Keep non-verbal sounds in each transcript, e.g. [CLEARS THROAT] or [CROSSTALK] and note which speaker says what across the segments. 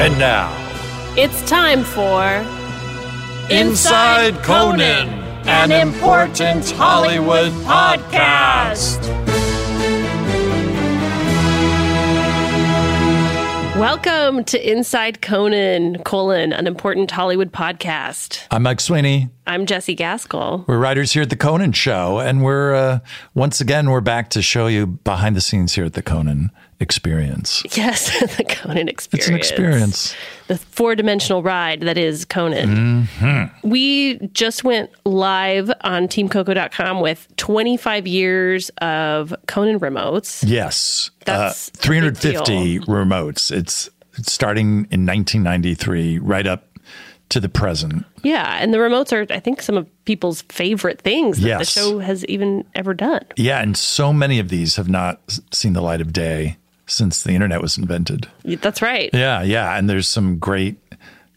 Speaker 1: And now,
Speaker 2: It's time for
Speaker 1: Inside Conan, an important Hollywood podcast.
Speaker 2: Welcome to Inside Conan: colon, an important Hollywood podcast.
Speaker 1: I'm Mike Sweeney.
Speaker 2: I'm Jesse Gaskell.
Speaker 1: We're writers here at the Conan Show, and we're uh, once again we're back to show you behind the scenes here at the Conan Experience.
Speaker 2: Yes, [LAUGHS] the Conan experience.
Speaker 1: It's an experience.
Speaker 2: The four dimensional ride that is Conan.
Speaker 1: Mm-hmm.
Speaker 2: We just went live on teamcoco.com with 25 years of Conan remotes.
Speaker 1: Yes, Uh,
Speaker 2: That's a big
Speaker 1: 350 remotes. It's, it's starting in 1993, right up to the present.
Speaker 2: Yeah, and the remotes are, I think, some of people's favorite things that the
Speaker 1: Yes.
Speaker 2: show has even ever done.
Speaker 1: Yeah, and so many of these have not s- seen the light of day since the internet was invented.
Speaker 2: That's right.
Speaker 1: Yeah, yeah, and there's some great,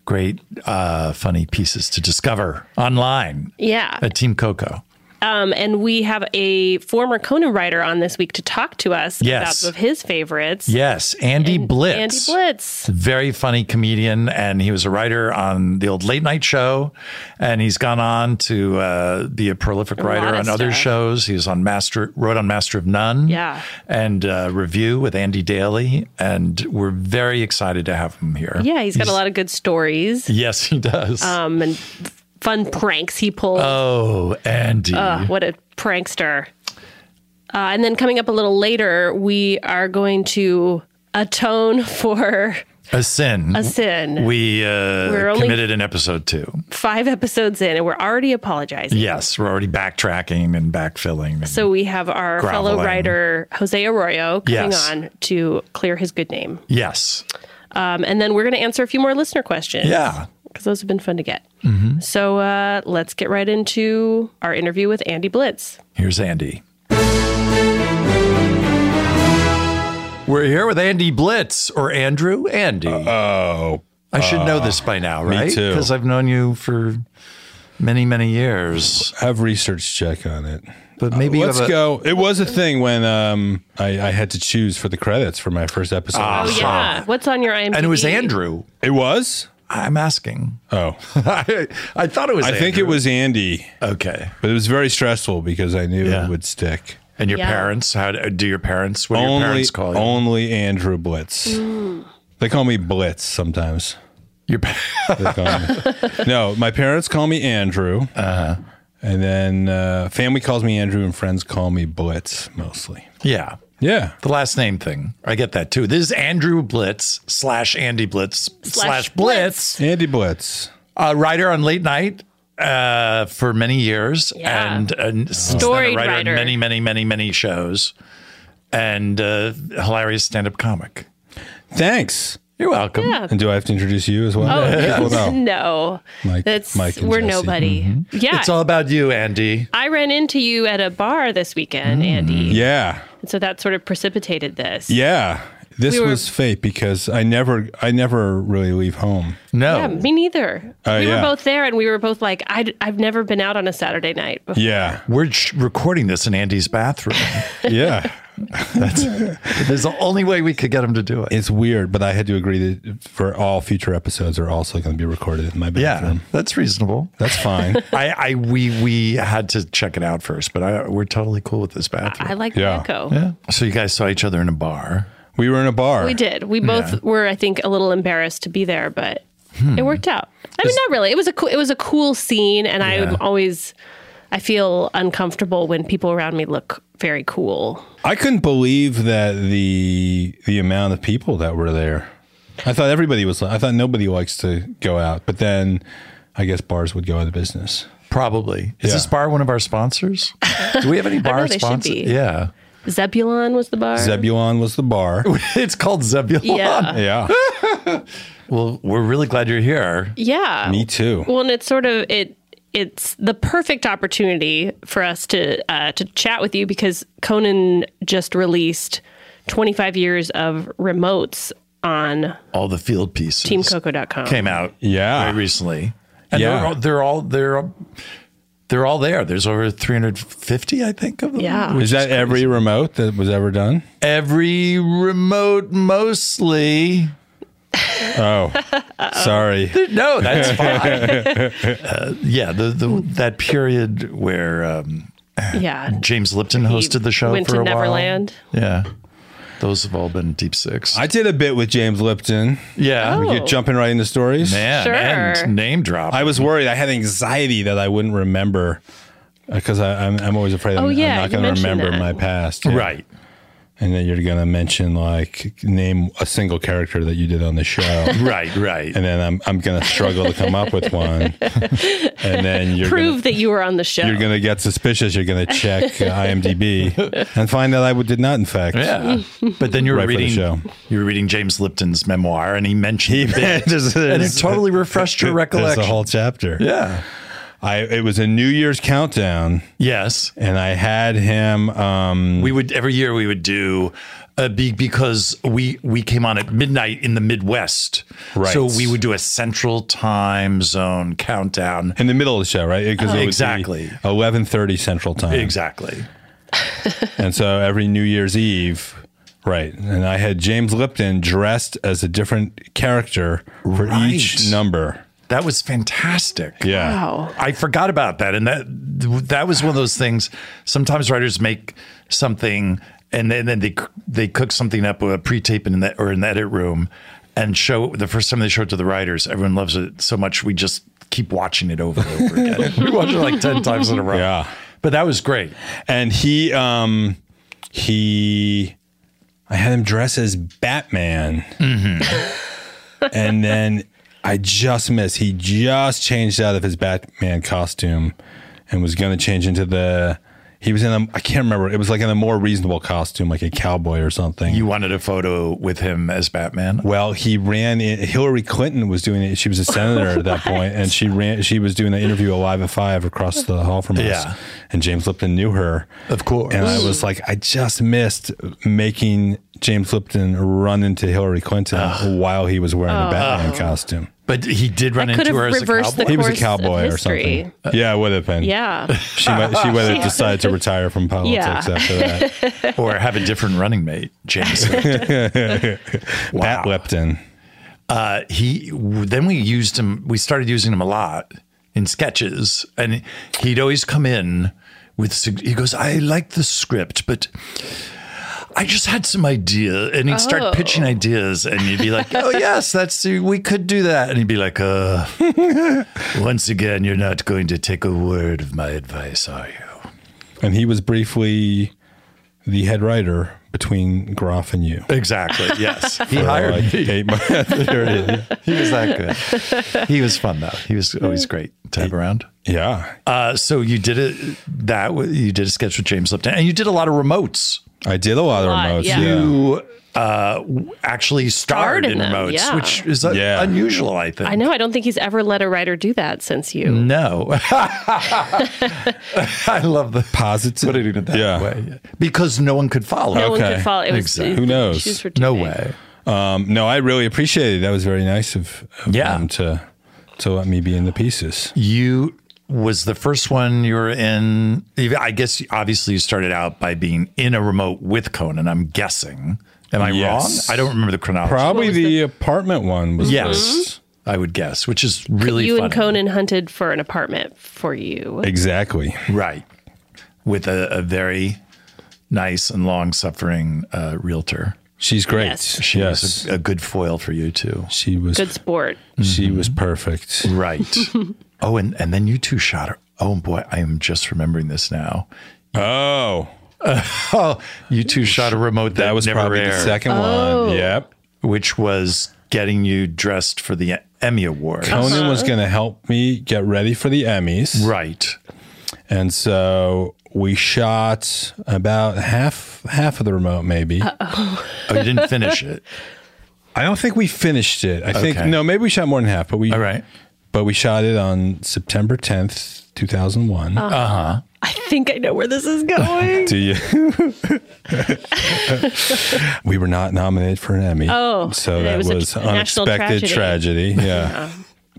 Speaker 1: great, uh, funny pieces to discover online
Speaker 2: Yeah.
Speaker 1: at Team Coco.
Speaker 2: Um, and we have a former Conan writer on this week to talk to us about
Speaker 1: Yes.
Speaker 2: some of his favorites.
Speaker 1: Yes, Andy Blitz.
Speaker 2: Andy Blitz.
Speaker 1: Very funny comedian, and he was a writer on the old late night show, and he's gone on to uh, be a prolific writer
Speaker 2: lot of
Speaker 1: on other
Speaker 2: stuff.
Speaker 1: shows. He's on Master, wrote on Master of None,
Speaker 2: Yeah.
Speaker 1: and uh, Review with Andy Daly, and we're very excited to have him here.
Speaker 2: Yeah, he's got a lot of good stories
Speaker 1: Yes, he does.
Speaker 2: um, and fun pranks he pulled.
Speaker 1: oh, Andy.
Speaker 2: Ugh, Uh, what a prankster. Uh, and then coming up a little later, we are going to atone [LAUGHS] for
Speaker 1: a sin.
Speaker 2: a sin.
Speaker 1: Mm-hmm. We
Speaker 2: We're
Speaker 1: uh,
Speaker 2: only-
Speaker 1: committed in episode two.
Speaker 2: Five episodes in, and we're already apologizing.
Speaker 1: Yes, we're already backtracking and backfilling. and-
Speaker 2: So we have our fellow
Speaker 1: Groveling.
Speaker 2: writer Jose Arroyo coming
Speaker 1: Yes.
Speaker 2: on to clear his good name,
Speaker 1: yes.
Speaker 2: um, and then we're going to answer a few more listener questions.
Speaker 1: Yeah. Mm-hmm.
Speaker 2: because those have been fun to get. So uh, let's get right into our interview with Andy Blitz.
Speaker 1: Here's Andy. We're here with Andy Blitz or Andrew Andy.
Speaker 3: Oh,
Speaker 1: I should know this by now, right?
Speaker 3: too.
Speaker 1: Because I've known you for many, many years.
Speaker 3: have research check on it.
Speaker 1: But maybe you
Speaker 3: Uh, Let's
Speaker 1: have a-
Speaker 3: go. It was a thing when um, I, I had to choose for the credits for my first episode.
Speaker 1: Ah.
Speaker 2: Oh yeah, what's on your IMDb?
Speaker 1: And it was
Speaker 2: [LAUGHS]
Speaker 1: Andrew.
Speaker 3: It was.
Speaker 1: I'm asking. [LAUGHS]
Speaker 3: Oh,
Speaker 1: I, I thought it was.
Speaker 3: I think it was Andy,
Speaker 1: okay.
Speaker 3: but it was very stressful because I knew
Speaker 1: Yeah.
Speaker 3: it would stick.
Speaker 1: And your
Speaker 2: Yeah.
Speaker 1: parents? How do, do your parents? What do your
Speaker 3: Only,
Speaker 1: parents call you?
Speaker 3: only Andrew Blitz. They call me Blitz sometimes.
Speaker 1: Your pa- [LAUGHS]
Speaker 3: They call me- no, my parents call me Andrew,
Speaker 1: Uh-huh.
Speaker 3: and then uh, family calls me Andrew, and friends call me Blitz mostly.
Speaker 1: yeah.
Speaker 3: Yeah,
Speaker 1: The last name thing. I get that too. This is Andrew Blitz slash Andy Blitz slash Blitz,
Speaker 3: Andy Blitz.
Speaker 1: a writer on late night uh, for many years
Speaker 2: Yeah.
Speaker 1: and, and since then a
Speaker 2: Storied
Speaker 1: writer,
Speaker 2: writer.
Speaker 1: on many, many, many, many shows and uh, hilarious stand up comic.
Speaker 3: Thanks.
Speaker 1: You're welcome.
Speaker 2: Yeah.
Speaker 3: And do I have to introduce you as well?
Speaker 2: Oh,
Speaker 3: [LAUGHS] Well, no.
Speaker 2: no,
Speaker 3: Mike-
Speaker 2: that's
Speaker 3: Mike and
Speaker 2: we're
Speaker 3: Jesse. Mm-hmm.
Speaker 2: nobody. Yeah,
Speaker 1: It's all about you, Andy.
Speaker 2: I ran into you at a bar this weekend,
Speaker 3: Mm-hmm.
Speaker 2: Andy.
Speaker 3: Yeah.
Speaker 2: So that sort of precipitated this.
Speaker 3: Yeah. This
Speaker 2: We were-
Speaker 3: was fate because I never I never really leave home.
Speaker 1: No.
Speaker 2: Yeah, me neither.
Speaker 3: Uh,
Speaker 2: we were
Speaker 3: yeah.
Speaker 2: both there, and we were both like, I, have never been out on a Saturday night." before.
Speaker 3: Yeah.
Speaker 1: We're sh- recording this in Andy's bathroom. [LAUGHS]
Speaker 2: [LAUGHS]
Speaker 3: Yeah.
Speaker 1: There's the only way we could get him to do it.
Speaker 3: it's weird, but I had to agree that for all future episodes are also going to be recorded in my
Speaker 1: Yeah,
Speaker 3: bathroom.
Speaker 1: that's reasonable.
Speaker 3: That's
Speaker 2: [LAUGHS]
Speaker 3: fine.
Speaker 1: I, I we we had to check it out first, but I, we're totally cool with this bathroom.
Speaker 2: I like
Speaker 3: Yeah.
Speaker 2: Echo.
Speaker 1: yeah. So you guys saw each other in a bar.
Speaker 3: We were in a bar.
Speaker 2: We did. We both were, I think, a little embarrassed to be there, but
Speaker 3: Hmm.
Speaker 2: it worked out. I mean, not really. It was a cool, it was a cool scene, and I'm always, I feel uncomfortable when people around me look very cool.
Speaker 3: I couldn't believe that the the amount of people that were there. I thought everybody was. I thought nobody likes to go out, but then I guess bars would go out of business.
Speaker 1: Probably. Is
Speaker 3: Yeah.
Speaker 1: this bar one of our sponsors? Do we have
Speaker 2: [LAUGHS]
Speaker 1: any bar
Speaker 2: they should
Speaker 1: sponsors?
Speaker 2: be.
Speaker 1: Yeah. [LAUGHS]
Speaker 2: Zebulon was the bar.
Speaker 3: Zebulon was the
Speaker 2: [LAUGHS]
Speaker 3: bar.
Speaker 1: It's called Zebulon.
Speaker 2: Yeah.
Speaker 3: yeah,
Speaker 1: Well, we're really glad you're here.
Speaker 2: yeah.
Speaker 3: me too.
Speaker 2: Well, and it's sort of it. It's the perfect opportunity for us to uh, to chat with you because Conan just released 25 years of remotes on
Speaker 1: All the field pieces
Speaker 2: TeamCoco.com.
Speaker 1: came out
Speaker 3: Yeah.
Speaker 1: very recently. And
Speaker 3: Yeah.
Speaker 1: they're, all, they're all they're they're all there. There's over 350, I think, of them.
Speaker 2: Yeah.
Speaker 3: Is that every remote that was ever done?
Speaker 1: Every remote mostly.
Speaker 2: [LAUGHS]
Speaker 3: Oh, sorry.
Speaker 1: No, that's
Speaker 3: [LAUGHS]
Speaker 1: fine. Uh, yeah, the, the that period where um,
Speaker 2: Yeah.
Speaker 1: James Lipton hosted the show
Speaker 2: went
Speaker 1: for
Speaker 2: to
Speaker 1: a
Speaker 2: Neverland.
Speaker 1: while. Yeah. Those have all been deep six.
Speaker 3: I did a bit with James Lipton.
Speaker 1: yeah.
Speaker 2: Oh.
Speaker 3: You're jumping right into stories.
Speaker 1: Man,
Speaker 2: Sure.
Speaker 1: and name drop.
Speaker 3: I was worried. I had anxiety that I wouldn't remember because I'm, I'm always afraid I'm,
Speaker 2: Oh,
Speaker 3: I'm
Speaker 2: yeah,
Speaker 3: not
Speaker 2: you
Speaker 3: going to
Speaker 2: mentioned
Speaker 3: remember
Speaker 2: that.
Speaker 3: my past. Yeah.
Speaker 1: right.
Speaker 3: And then you're going to mention, like, name a single character that you did on the show.
Speaker 2: [LAUGHS]
Speaker 1: Right, right.
Speaker 3: and then I'm, I'm going to struggle to come up
Speaker 2: [LAUGHS]
Speaker 3: with one. and then you're
Speaker 2: Prove
Speaker 3: gonna,
Speaker 2: that you were on the show.
Speaker 3: you're going to get suspicious. You're going to
Speaker 1: [LAUGHS]
Speaker 3: check uh, IMDb and find that I would- did not, in fact. [LAUGHS]
Speaker 1: Yeah, but then you were
Speaker 3: Right for the
Speaker 1: reading
Speaker 3: show.
Speaker 1: you were reading James Lipton's memoir, and he mentioned [LAUGHS] the
Speaker 3: [LAUGHS]
Speaker 1: bit,
Speaker 3: There's-
Speaker 1: and it
Speaker 3: there's-
Speaker 1: totally refreshed your
Speaker 3: There's
Speaker 1: recollection.
Speaker 3: a whole chapter.
Speaker 1: yeah.
Speaker 3: I, it was a New Year's countdown,
Speaker 1: Yes,
Speaker 3: and I had him. Um,
Speaker 1: we would every year we would do. Uh, be, because we we came on at midnight in the Midwest,
Speaker 3: Right.
Speaker 1: so we would do a Central Time Zone countdown.
Speaker 3: in the middle of the show, right? Because
Speaker 1: Oh. Exactly.
Speaker 3: eleven thirty Central Time.
Speaker 1: Exactly.
Speaker 3: And so every New Year's Eve, right? And I had James Lipton dressed as a different character for each
Speaker 1: Right.
Speaker 3: number.
Speaker 1: That was fantastic.
Speaker 3: Yeah.
Speaker 2: wow.
Speaker 1: I forgot about that, and that that was one of those things. Sometimes writers make something, and then, then they they cook something up with a pre-tape in that or in the edit room, and show the first time they show it to the writers. Everyone loves it so much. We just keep watching it over and over again.
Speaker 3: [LAUGHS]
Speaker 1: we watch it like ten times in a row.
Speaker 3: Yeah.
Speaker 1: but that was great.
Speaker 3: And he, um, he, I had him dress as Batman. and then I just missed. He just changed out of his Batman costume and was going to change into the. He was in a. I can't remember. It was like in a more reasonable costume, like a cowboy or something.
Speaker 1: You wanted a photo with him as Batman.
Speaker 3: Well, he ran. In, Hillary Clinton was doing it. She was a senator
Speaker 2: [LAUGHS]
Speaker 3: at that point, and she ran. She was doing the interview alive at five across the hall from us.
Speaker 1: Yeah.
Speaker 3: And James Lipton knew her,
Speaker 1: Of course.
Speaker 3: And I was like, I just missed making James Lipton run into Hillary Clinton while he was wearing a Batman costume.
Speaker 1: But he did run
Speaker 2: I could
Speaker 1: into
Speaker 2: have
Speaker 1: her as a
Speaker 2: reversed the
Speaker 1: cowboy.
Speaker 3: He was a
Speaker 2: Course of
Speaker 3: cowboy or
Speaker 2: history.
Speaker 3: something. Yeah, it would have been.
Speaker 2: Yeah.
Speaker 3: She might, she
Speaker 2: [LAUGHS]
Speaker 3: would have decided to retire from politics
Speaker 2: Yeah.
Speaker 3: after
Speaker 2: [LAUGHS]
Speaker 3: that.
Speaker 1: or have a different running mate, James.
Speaker 3: Bat Lipton.
Speaker 1: uh, he then we used him. We started using him a lot in sketches, and he'd always come in with. sug- He goes, "I like the script, but." I just had some idea, and he'd start pitching ideas, and you'd be like, "Oh yes, that's we could do that," and he'd be like, "Uh, [LAUGHS] once again, you're not going to take a word of my advice, are you?"
Speaker 3: And he was briefly the head writer between Groff and you.
Speaker 1: Exactly. Yes, [LAUGHS] he
Speaker 3: for,
Speaker 1: hired
Speaker 3: like, [LAUGHS]
Speaker 1: me.
Speaker 3: eight months. There it is.
Speaker 1: He was that [LAUGHS] good. He was fun though. He was always great to have around.
Speaker 3: Yeah,
Speaker 1: Uh, so you did it that w- you did a sketch with James Lipton, and you did a lot of remotes.
Speaker 3: I did a lot of
Speaker 2: lot,
Speaker 3: remotes.
Speaker 2: yeah.
Speaker 3: Yeah.
Speaker 1: You uh, w- actually starred
Speaker 2: Starred in
Speaker 1: in
Speaker 2: them,
Speaker 1: remotes,
Speaker 2: yeah.
Speaker 1: which is uh,
Speaker 3: Yeah.
Speaker 1: unusual, I think.
Speaker 2: I know. I don't think he's ever let a writer do that since you.
Speaker 1: Mm, No, [LAUGHS] I love the
Speaker 3: Positive.
Speaker 1: putting it in that
Speaker 3: Yeah.
Speaker 1: way because no one could follow.
Speaker 2: No one
Speaker 3: Okay.
Speaker 2: could follow. It was,
Speaker 1: Exactly.
Speaker 3: Who knows?
Speaker 2: shoes were too
Speaker 1: No
Speaker 2: big.
Speaker 1: way.
Speaker 3: Um, no, I really appreciate it. That was very nice of, of
Speaker 1: Yeah.
Speaker 3: him to to let me be in the pieces.
Speaker 1: You was the first one you were in. I guess obviously you started out by being in a remote with Conan. I'm guessing. Am I
Speaker 3: Yes.
Speaker 1: wrong? I don't remember the chronology.
Speaker 3: Probably the, apartment one was
Speaker 1: Yes, I would guess, which is really
Speaker 2: you and
Speaker 1: funny.
Speaker 2: Conan hunted for an apartment for you.
Speaker 3: exactly.
Speaker 1: right? With a, a very nice and long-suffering uh, realtor.
Speaker 3: She's great.
Speaker 2: Yes.
Speaker 3: She
Speaker 1: She
Speaker 3: yes.
Speaker 1: was a, a good foil for you too.
Speaker 3: she was
Speaker 2: Good sport.
Speaker 3: she was perfect.
Speaker 1: Right. [LAUGHS] oh, and, and then you two shot her. Oh boy, I am just remembering this now.
Speaker 3: Oh,
Speaker 1: Oh, you two shot a remote that,
Speaker 3: that was
Speaker 1: never
Speaker 3: probably the
Speaker 1: aired,
Speaker 3: second one. Yep.
Speaker 1: which was getting you dressed for the Emmy Award.
Speaker 3: Conan was going to help me get ready for the Emmys.
Speaker 1: Right.
Speaker 3: And so we shot about half half of the remote maybe.
Speaker 1: Oh, you didn't finish it.
Speaker 3: I don't think we finished it. I think
Speaker 1: Okay.
Speaker 3: no, maybe we shot more than half, but we
Speaker 1: [LAUGHS] All right.
Speaker 3: but we shot it on September 10th, 2001.
Speaker 2: I think I know where this is going.
Speaker 3: Do you?
Speaker 2: [LAUGHS]
Speaker 3: we were not nominated for an Emmy.
Speaker 2: Oh,
Speaker 3: so
Speaker 2: it
Speaker 3: that
Speaker 2: was a
Speaker 3: was
Speaker 2: tr- national
Speaker 3: unexpected tragedy.
Speaker 2: tragedy.
Speaker 3: Yeah.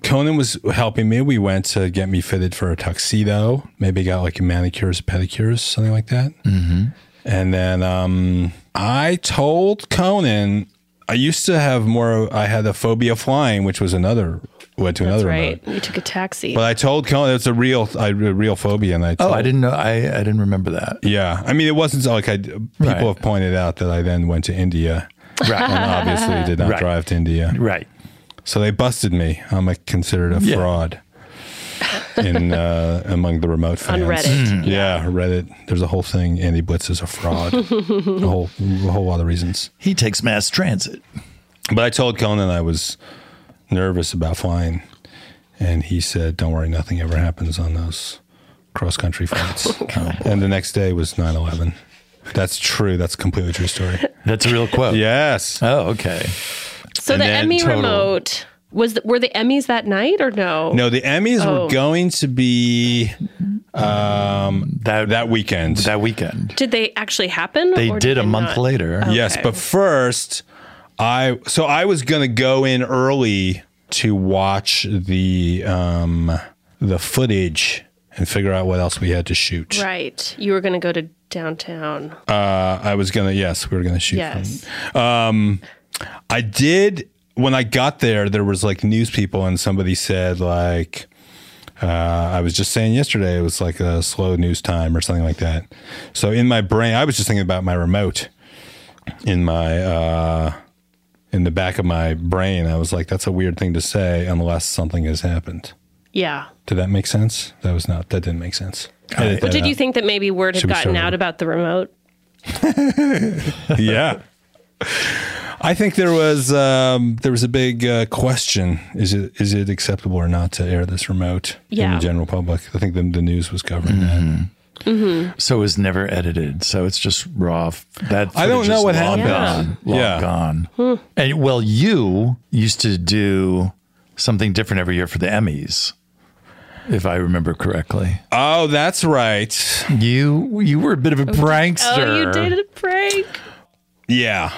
Speaker 3: Conan was helping me. We went to get me fitted for a tuxedo. Maybe got like a manicures, pedicures, something like that. Mm-hmm. And then um, I told Conan I used to have more. I had a phobia of flying, which was another went to
Speaker 2: That's
Speaker 3: another
Speaker 2: right.
Speaker 3: remote.
Speaker 2: You took a taxi.
Speaker 3: But I told Conan it's a real, I, a real phobia, and I
Speaker 1: Oh,
Speaker 3: told,
Speaker 1: I didn't know. I, I didn't remember that.
Speaker 3: yeah, I mean, it wasn't so like I. People
Speaker 1: Right.
Speaker 3: have pointed out that I then went to India
Speaker 1: [LAUGHS]
Speaker 3: and
Speaker 1: Right. [LAUGHS]
Speaker 3: obviously did not
Speaker 1: Right.
Speaker 3: drive to India.
Speaker 1: right.
Speaker 3: So they busted me. I'm like, considered a
Speaker 1: Yeah.
Speaker 3: fraud in uh, among the remote
Speaker 2: On
Speaker 3: fans.
Speaker 2: Reddit.
Speaker 1: Hmm.
Speaker 3: Yeah, Reddit. There's a whole thing. Andy Blitz is
Speaker 2: [LAUGHS]
Speaker 3: a fraud. a whole, a whole lot of reasons.
Speaker 1: He takes mass transit.
Speaker 3: But I told Conan I was nervous about flying, and he said, "Don't worry, nothing ever happens on those
Speaker 2: [LAUGHS]
Speaker 3: cross-country flights."
Speaker 2: Oh,
Speaker 3: Um, and the next day was 9/11. That's true. That's a completely true story.
Speaker 1: That's a real quote.
Speaker 3: yes.
Speaker 1: Oh, okay.
Speaker 2: So
Speaker 3: And
Speaker 2: the
Speaker 3: then
Speaker 2: Emmy
Speaker 3: total-
Speaker 2: remote was the, were the Emmys that night or no?
Speaker 3: No, the Emmys
Speaker 2: Oh.
Speaker 3: were going to be um,
Speaker 1: That
Speaker 3: that weekend.
Speaker 1: that weekend.
Speaker 2: Did they actually happen?
Speaker 1: They
Speaker 2: or
Speaker 1: did a
Speaker 2: they
Speaker 1: month
Speaker 2: not? Oh.
Speaker 1: later.
Speaker 3: Yes,
Speaker 2: Okay.
Speaker 3: but first, I so I was gonna go in early to watch the um the footage and figure out what else we had to shoot.
Speaker 2: Right. You were going to go to downtown.
Speaker 3: Uh, I was gonna. Yes, we were gonna shoot. from-
Speaker 2: yes.
Speaker 3: I did. When I got there, there was like news people, and somebody said like, uh, "I was just saying yesterday it was like a slow news time or something like that." So in my brain, I was just thinking about my remote in my uh, in the back of my brain. I was like, "That's a weird thing to say unless something has happened."
Speaker 2: Yeah.
Speaker 3: Did that make sense? That was not. That didn't make sense. Edit that
Speaker 2: Did
Speaker 3: out.
Speaker 2: you think that maybe word had
Speaker 3: uh, Should we
Speaker 2: gotten
Speaker 3: start
Speaker 2: out
Speaker 3: over?
Speaker 2: about the remote?
Speaker 3: yeah. I think there was um, there was a big uh, question: is it is it acceptable or not to air this remote in
Speaker 2: Yeah.
Speaker 3: the general public? I think the, the news was covering that.
Speaker 1: So it was never edited. So it's just raw. f- That
Speaker 3: I don't
Speaker 1: footage
Speaker 3: know
Speaker 1: is
Speaker 3: what
Speaker 1: long
Speaker 3: happened.
Speaker 1: Gone, long
Speaker 3: Yeah.
Speaker 1: gone.
Speaker 2: Hmm.
Speaker 1: And well, you used to do something different every year for the Emmys, if I remember correctly.
Speaker 3: Oh, that's right.
Speaker 1: You you were a bit of a prankster.
Speaker 2: Oh, you did a prank.
Speaker 3: Yeah,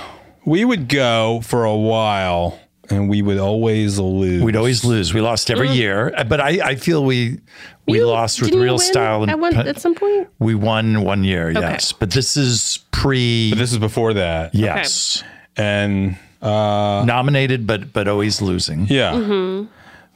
Speaker 3: we would go for a while, and we would always lose.
Speaker 1: We'd always lose. We lost every year, but I, I feel we we
Speaker 2: Mm. You-
Speaker 1: lost with
Speaker 2: didn't you
Speaker 1: real
Speaker 2: win
Speaker 1: style.
Speaker 2: At, one,
Speaker 1: pe-
Speaker 2: at some point?
Speaker 1: we won one year, yes, but this is pre.
Speaker 3: But this is before that.
Speaker 1: yes,
Speaker 3: and
Speaker 1: nominated, but but always losing.
Speaker 3: Yeah.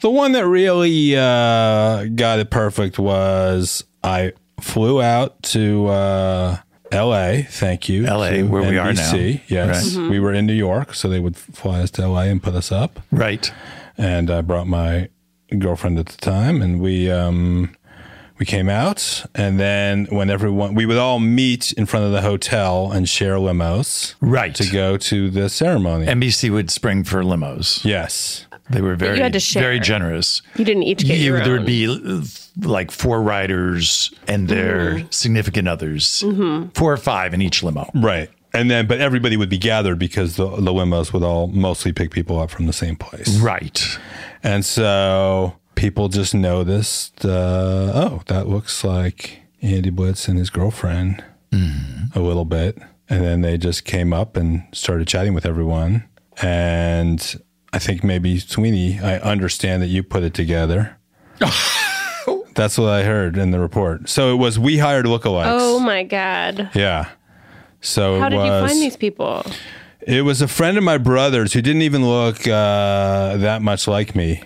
Speaker 3: The one that really uh, got it perfect was I flew out to uh, L.A. Thank you,
Speaker 1: LA,
Speaker 3: to
Speaker 1: where we are now.
Speaker 3: Yes,
Speaker 1: Right.
Speaker 3: we were in New York, so they would fly us to L.A. and put us up.
Speaker 1: Right.
Speaker 3: And I brought my girlfriend at the time, and we um, we came out, and then when everyone we would all meet in front of the hotel and share limos,
Speaker 1: Right.
Speaker 3: to go to the ceremony.
Speaker 1: NBC would spring for limos.
Speaker 3: yes.
Speaker 1: They were very
Speaker 2: you had to share.
Speaker 1: very generous.
Speaker 2: You didn't each get
Speaker 1: You-
Speaker 2: your
Speaker 1: there would
Speaker 2: own.
Speaker 1: be uh, like four riders and their
Speaker 2: Mm-hmm.
Speaker 1: significant others, four or five in each limo.
Speaker 3: Right. And then, but everybody would be gathered because the, the limos would all mostly pick people up from the same place.
Speaker 1: Right.
Speaker 3: And so people just noticed, uh, oh, that looks like Andy Blitz and his girlfriend
Speaker 2: Mm-hmm.
Speaker 3: a little bit. And then they just came up and started chatting with everyone. And I think maybe Sweeney, I understand that you put it
Speaker 2: [LAUGHS]
Speaker 3: together. That's what I heard in the report. So it was we hired lookalikes.
Speaker 2: Oh, my God.
Speaker 3: Yeah. So
Speaker 2: How
Speaker 3: it
Speaker 2: did you
Speaker 3: was,
Speaker 2: find these people?
Speaker 3: it was a friend of my brother's who didn't even look uh, that much like me,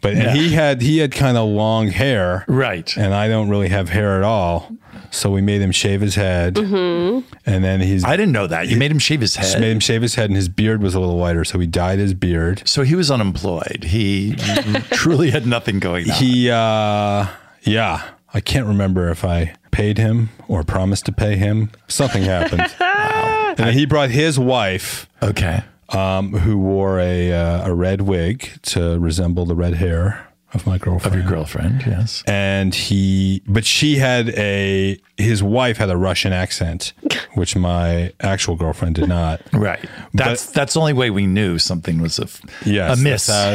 Speaker 3: but and he had he had kind of long hair,
Speaker 1: Right.
Speaker 3: and I don't really have hair at all. So we made him shave his head, and then he's
Speaker 1: I didn't know that. You made him shave his
Speaker 3: made
Speaker 1: head.
Speaker 3: him shave his head, and his beard was a little whiter, so he dyed his beard.
Speaker 1: So he was unemployed. [LAUGHS] He truly had nothing going on.
Speaker 3: He, uh, yeah, I can't remember if I paid him or promised to pay him. Something happened.
Speaker 1: [LAUGHS]
Speaker 3: And then he brought his wife,
Speaker 1: okay.
Speaker 3: um, who wore a uh, a red wig to resemble the red hair of my girlfriend.
Speaker 1: Of your girlfriend, yes.
Speaker 3: and he but she had a his wife had a
Speaker 1: [LAUGHS]
Speaker 3: russian accent which my actual girlfriend did not
Speaker 1: Right. That's that's the only way we knew something was a, f-
Speaker 3: yes
Speaker 1: a miss.
Speaker 3: that's how-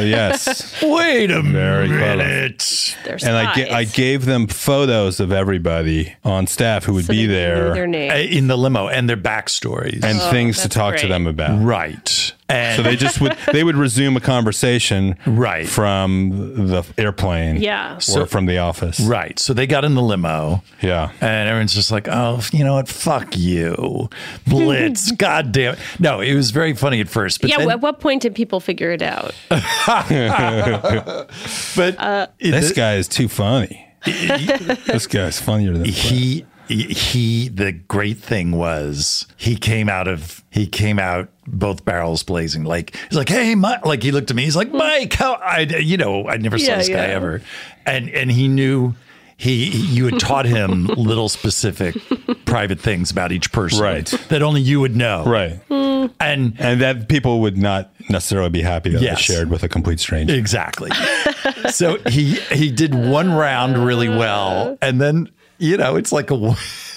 Speaker 1: [LAUGHS]
Speaker 3: yes
Speaker 1: Wait a
Speaker 3: Very clever.
Speaker 1: minute.
Speaker 2: There's
Speaker 3: and I, ga- I gave them photos of everybody on staff who would be
Speaker 2: Their
Speaker 3: there
Speaker 2: name.
Speaker 1: Uh, In the limo and their backstories.
Speaker 3: and things to
Speaker 2: that's
Speaker 3: talk to
Speaker 2: great.
Speaker 3: them about
Speaker 1: Oh, right. And
Speaker 3: so they
Speaker 1: [LAUGHS]
Speaker 3: just would they would resume a conversation
Speaker 1: Right.
Speaker 3: from the airplane
Speaker 2: Yeah.
Speaker 3: or
Speaker 1: So-
Speaker 3: from the office
Speaker 1: right. So they got in the limo. [LAUGHS]
Speaker 3: yeah
Speaker 1: And everyone's just like, oh, f- you know what? Fuck you.
Speaker 3: [LAUGHS]
Speaker 1: Blitz. God damn it. No, it was very funny at first. But
Speaker 2: yeah.
Speaker 1: then-
Speaker 2: at what point did people figure it out?
Speaker 1: Ah, but it-
Speaker 3: this guy is too funny this guy's funnier than
Speaker 1: he he the great thing was he came out of he came out both barrels blazing like he's like hey Mike like he looked at me he's like Mike how I you know I never saw
Speaker 2: Yeah,
Speaker 1: this guy
Speaker 2: yeah.
Speaker 1: ever and and he knew he you had taught
Speaker 2: [LAUGHS]
Speaker 1: him little specific private things about each person
Speaker 3: Right.
Speaker 1: that only you would know
Speaker 3: [LAUGHS] right
Speaker 1: and
Speaker 3: and that people would not necessarily be happy that
Speaker 1: Yes.
Speaker 3: they shared with a complete stranger.
Speaker 1: Exactly. so he he did one round really well, and then you know it's like a [LAUGHS]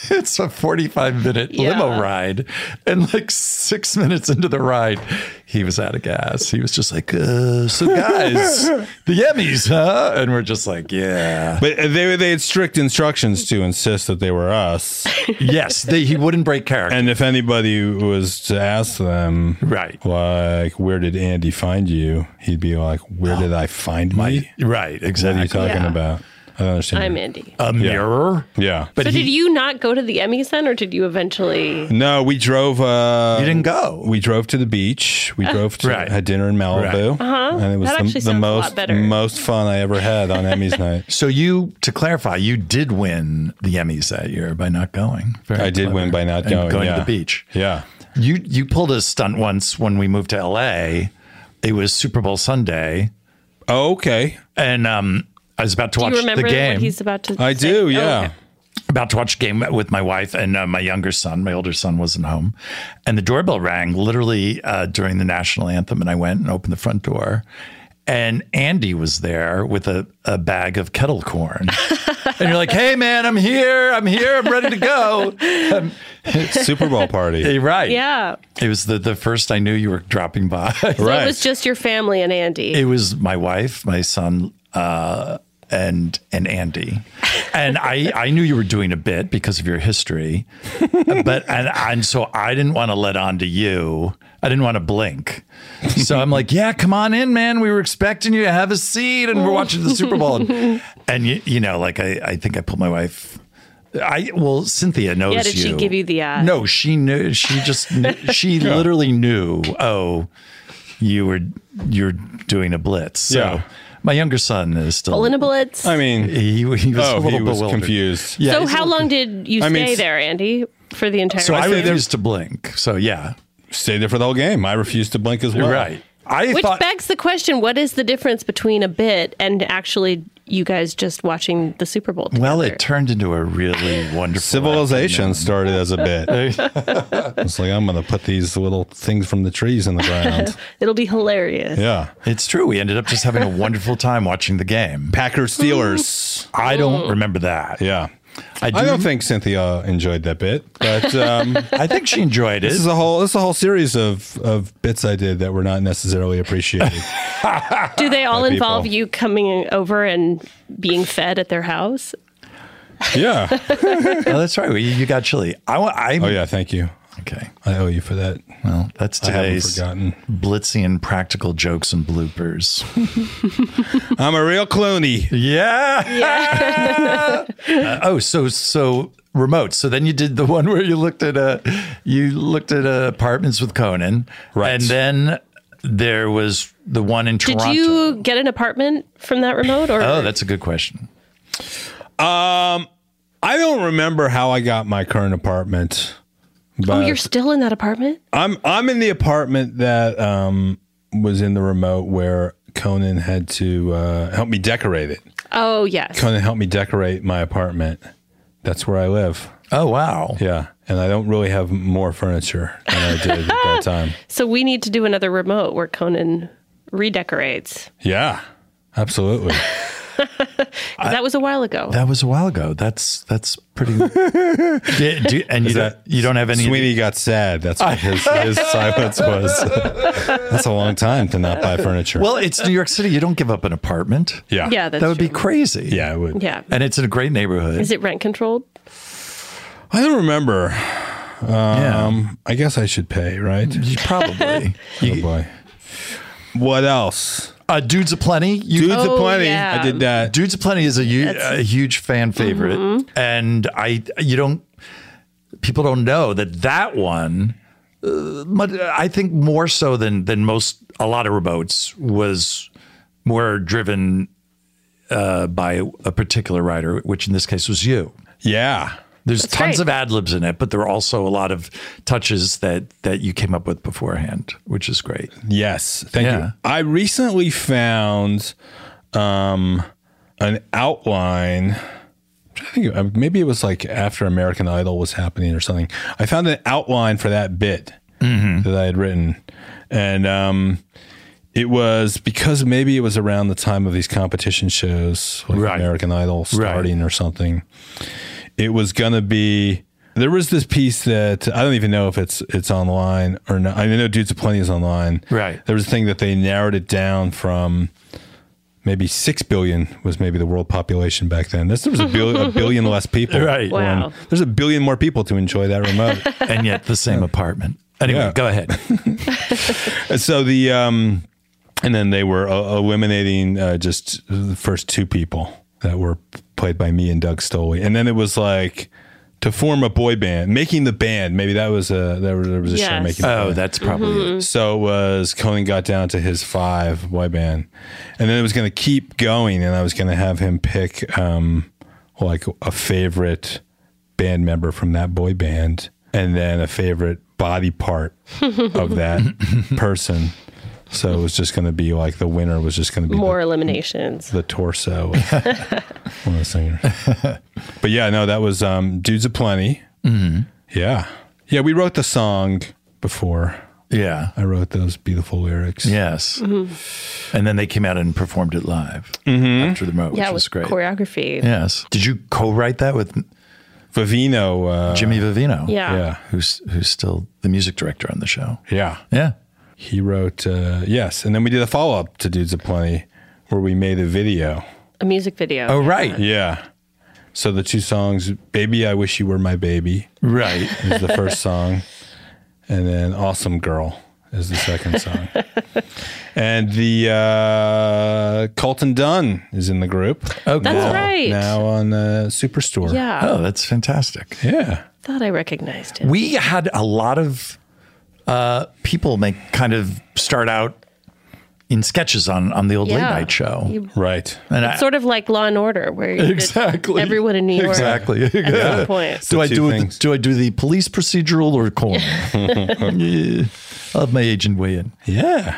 Speaker 1: it's a forty five minute
Speaker 2: Yeah.
Speaker 1: limo ride, and like six minutes into the ride, he was out of gas. He was just like, uh, "So
Speaker 2: [LAUGHS]
Speaker 1: guys, the Emmys, huh?" And we're just like, "Yeah,
Speaker 3: But they they had strict instructions to insist that they were us,
Speaker 1: yes." They, he wouldn't break character.
Speaker 3: and if anybody was to ask them,
Speaker 1: Right.
Speaker 3: like where did Andy find you, he'd be like, "Where did I find me?
Speaker 1: right,
Speaker 3: What are you
Speaker 1: exactly.
Speaker 3: talking
Speaker 2: Yeah.
Speaker 3: about? I don't understand."
Speaker 2: I'm Andy.
Speaker 1: A mirror.
Speaker 3: yeah,
Speaker 1: But
Speaker 2: so
Speaker 1: he,
Speaker 2: did you not go to the Emmys then, or did you eventually?
Speaker 3: no, we drove. Uh,
Speaker 1: You didn't go.
Speaker 3: We drove to the beach. We drove to
Speaker 1: Ah. Right.
Speaker 3: had dinner in Malibu, and it was
Speaker 2: Uh-huh. That
Speaker 3: the-
Speaker 2: actually
Speaker 3: the,
Speaker 2: sounds a lot
Speaker 3: most
Speaker 2: better.
Speaker 3: most fun I ever had on
Speaker 2: [LAUGHS]
Speaker 3: Emmys night.
Speaker 1: So you, to clarify, you did win the Emmys that year by not going. Very
Speaker 3: I did win by not
Speaker 1: And
Speaker 3: going.
Speaker 1: going
Speaker 3: yeah.
Speaker 1: to the beach.
Speaker 3: Yeah.
Speaker 1: You you pulled a stunt once when we moved to LA. It was Super Bowl Sunday,
Speaker 3: Oh, okay.
Speaker 1: and um, I was about to
Speaker 2: Do
Speaker 1: watch
Speaker 2: you remember
Speaker 1: the game.
Speaker 2: what he's about to?
Speaker 3: I
Speaker 2: say?
Speaker 3: do,
Speaker 2: Oh,
Speaker 3: yeah.
Speaker 2: okay.
Speaker 1: about to watch a game with my wife and uh, my younger son. My older son wasn't home, and the doorbell rang literally uh, during the national anthem. And I went and opened the front door, and Andy was there with a, a bag of kettle corn. and you're like, "Hey, man, I'm here. I'm here. I'm ready to go." Um,
Speaker 3: Super Bowl
Speaker 1: [LAUGHS]
Speaker 3: party.
Speaker 1: you're right.
Speaker 2: Yeah.
Speaker 1: It was the the first I knew you were dropping by.
Speaker 2: So
Speaker 3: Right.
Speaker 2: it was just your family and Andy.
Speaker 1: It was my wife, my son, uh, and and Andy. And I, I knew you were doing a bit because of your history, but and and so I didn't want to let on to you. I didn't want to blink. So I'm like, yeah, come on in, man. We were expecting you to have a seat, and we're watching the Super Bowl. And, and you, you know, like I, I think I pulled my wife. I well, Cynthia knows
Speaker 2: Yeah, did she
Speaker 1: you.
Speaker 2: give you the uh, eye?
Speaker 1: No, she knew. She just kn- she literally knew. Oh, you were you're doing a blitz. So
Speaker 3: Yeah.
Speaker 1: my younger son is still.
Speaker 2: Olin Blitz.
Speaker 3: I mean,
Speaker 1: he, he was a
Speaker 3: oh,
Speaker 1: little
Speaker 3: he was
Speaker 1: bewildered.
Speaker 3: confused.
Speaker 1: Yeah,
Speaker 2: so
Speaker 1: he's a
Speaker 2: how
Speaker 1: little-
Speaker 2: long did you
Speaker 3: I mean,
Speaker 2: stay
Speaker 3: s-
Speaker 2: there, Andy, for the entire?
Speaker 1: So I
Speaker 2: time?
Speaker 1: refused to blink. So yeah,
Speaker 3: Stayed there for the whole game. I refused to blink as well.
Speaker 1: you're right. I
Speaker 2: Which
Speaker 1: thought
Speaker 2: begs the question: What is the difference between a bit and actually you guys just watching the Super Bowl?
Speaker 1: well,
Speaker 2: together?
Speaker 1: it turned into a really wonderful
Speaker 3: Civilization started as a bit. [LAUGHS] it's like I'm going to put these little things from the trees in
Speaker 1: [LAUGHS]
Speaker 3: the ground.
Speaker 2: it'll be hilarious.
Speaker 3: Yeah.
Speaker 1: It's true. We ended up just having a wonderful time watching the game.
Speaker 3: Packers Steelers.
Speaker 1: I don't remember that.
Speaker 3: Yeah.
Speaker 1: I, do,
Speaker 3: I don't think Cynthia enjoyed that bit, but um,
Speaker 1: I think she enjoyed it.
Speaker 3: this is a whole this is a whole series of of bits I did that were not necessarily appreciated.
Speaker 2: Do they all
Speaker 3: By people.
Speaker 2: involve you coming over and being fed at their house?
Speaker 3: yeah.
Speaker 1: oh, that's right. You, you got chili. I want. I
Speaker 3: Oh yeah. Thank you.
Speaker 1: okay.
Speaker 3: I owe you for that.
Speaker 1: Well, that's
Speaker 3: I haven't
Speaker 1: today's
Speaker 3: forgotten.
Speaker 1: Blitzian practical jokes and
Speaker 3: [LAUGHS]
Speaker 1: bloopers.
Speaker 3: I'm a real Clooney.
Speaker 1: Yeah. [LAUGHS] Uh, oh, so so remote. So then you did the one where you looked at uh you looked at uh, apartments with Conan,
Speaker 3: Right.
Speaker 1: And then there was the one in
Speaker 2: Did
Speaker 1: Toronto.
Speaker 2: you get an apartment from that remote? Or
Speaker 1: Oh, that's a good question.
Speaker 3: I don't remember how I got my current apartment,
Speaker 2: Oh,
Speaker 3: but
Speaker 2: you're still in that apartment?
Speaker 3: I'm I'm in the apartment that um, was in the remote where Conan had to uh, help me decorate it.
Speaker 2: Oh, yes.
Speaker 3: Conan helped me decorate my apartment. That's where I live.
Speaker 1: Oh wow.
Speaker 3: Yeah, and I don't really have more furniture than I did at
Speaker 2: [LAUGHS]
Speaker 3: that time.
Speaker 2: So we need to do another remote where Conan redecorates.
Speaker 3: Yeah, [LAUGHS] absolutely.
Speaker 2: 'Cause that was a while ago.
Speaker 1: That was a while ago. That's that's
Speaker 3: [LAUGHS]
Speaker 1: pretty. Do- do- and you don't,
Speaker 3: that-
Speaker 1: you don't have any.
Speaker 3: Sweeney got sad. That's what his, [LAUGHS] his silence was. That's a long time to not buy furniture.
Speaker 1: Well, it's New York City. You don't give up an apartment.
Speaker 3: yeah,
Speaker 2: yeah, that's
Speaker 1: that would
Speaker 2: true.
Speaker 1: be crazy.
Speaker 3: yeah, it would.
Speaker 2: Yeah.
Speaker 1: and it's in a great neighborhood.
Speaker 2: Is it rent controlled?
Speaker 3: I don't remember.
Speaker 1: yeah,
Speaker 3: Um, I guess I should pay, right?
Speaker 1: You probably.
Speaker 3: oh boy. What else?
Speaker 1: [LAUGHS] uh, Dudes Aplenty. You,
Speaker 3: Dudes
Speaker 2: Oh,
Speaker 3: aplenty.
Speaker 2: yeah.
Speaker 3: I did that.
Speaker 1: Dudes Aplenty is a, hu- a huge fan favorite, and I you don't people don't know that that one. Uh, but I think more so than than most a lot of remotes was more driven uh, by a particular writer, which in this case was you.
Speaker 3: Yeah.
Speaker 1: There's tons
Speaker 2: great.
Speaker 1: of ad libs in it, but there are also a lot of touches that that you came up with beforehand, which is great.
Speaker 3: Yes. Thank
Speaker 1: Yeah.
Speaker 3: you. I recently found um, an outline. I think uh, maybe it was like after American Idol was happening or something. I found an outline for that bit
Speaker 1: Mm-hmm.
Speaker 3: that I had written, and um, it was because maybe it was around the time of these competition shows, like
Speaker 1: Right.
Speaker 3: American Idol starting or something. It was gonna be. There was this piece that I don't even know if it's it's online or not. I know Dudes of Plenty is online.
Speaker 1: Right.
Speaker 3: There was a thing that they narrowed it down from maybe six billion was maybe the world population back then. This there was a,
Speaker 1: [LAUGHS]
Speaker 3: bil- a billion less people.
Speaker 1: Right.
Speaker 2: Wow.
Speaker 3: Um, There's a billion more people to enjoy that remote.
Speaker 1: And yet the same apartment. Anyway,
Speaker 3: Yeah.
Speaker 1: go [LAUGHS] ahead.
Speaker 3: And so the um, and then they were uh, eliminating uh, just the first two people that were played by me and Doug Stoley, and then it was like to form a boy band, making the band. Maybe that was a there was, there was a show
Speaker 2: Yes.
Speaker 3: making. the
Speaker 1: Oh,
Speaker 3: band.
Speaker 1: that's probably it.
Speaker 3: So it was Conan got down to his five boy band, and then it was going to keep going, and I was going to have him pick um, like a favorite band member from that boy band, and then a favorite body part of that person. So it was just going to be like the winner was just going to be
Speaker 2: More
Speaker 3: the,
Speaker 2: eliminations.
Speaker 3: the torso, [LAUGHS] of one of the singers. But yeah, no, that was um, dudes aplenty. Mm-hmm. Yeah, yeah, we wrote the song before.
Speaker 2: Mm-hmm.
Speaker 1: Yeah.
Speaker 3: I wrote those beautiful lyrics.
Speaker 1: Yes. And then they came out and performed it live after the remote,
Speaker 2: Yeah,
Speaker 1: which
Speaker 2: with
Speaker 1: was great.
Speaker 2: choreography.
Speaker 1: yes. Did you co-write that with
Speaker 3: Vivino. Uh,
Speaker 1: Jimmy Vivino?
Speaker 2: Yeah.
Speaker 3: Yeah.
Speaker 1: Who's who's still the music director on the show?
Speaker 3: Yeah.
Speaker 1: Yeah.
Speaker 3: He wrote, uh, yes. And then we did a follow up to Dudes of Plenty where we made a video.
Speaker 2: A music video.
Speaker 1: Oh, right.
Speaker 3: Yeah. So the two songs, Baby, I Wish You Were My Baby
Speaker 1: Right.
Speaker 3: is
Speaker 2: [LAUGHS]
Speaker 3: the first song. And then Awesome Girl is the second
Speaker 2: [LAUGHS]
Speaker 3: song. and the uh, Colton Dunn is in the group.
Speaker 1: Oh,
Speaker 2: That's
Speaker 1: cool.
Speaker 2: right.
Speaker 3: Now on uh, Superstore.
Speaker 2: Yeah.
Speaker 1: Oh, that's fantastic.
Speaker 3: Yeah.
Speaker 2: Thought I recognized it.
Speaker 1: we had a lot of uh, people make kind of start out in sketches on on the old late
Speaker 2: Yeah.
Speaker 1: night show.
Speaker 2: You-
Speaker 3: Right.
Speaker 1: and I,
Speaker 2: sort of like Law and Order, where you did
Speaker 1: Exactly.
Speaker 2: everyone in New York
Speaker 1: exactly.
Speaker 2: at some point.
Speaker 1: do I
Speaker 3: two
Speaker 1: do
Speaker 3: things.
Speaker 1: the, do I do the police procedural or
Speaker 2: [LAUGHS]
Speaker 1: corn? yeah. I'll have my agent weigh in.
Speaker 3: Yeah.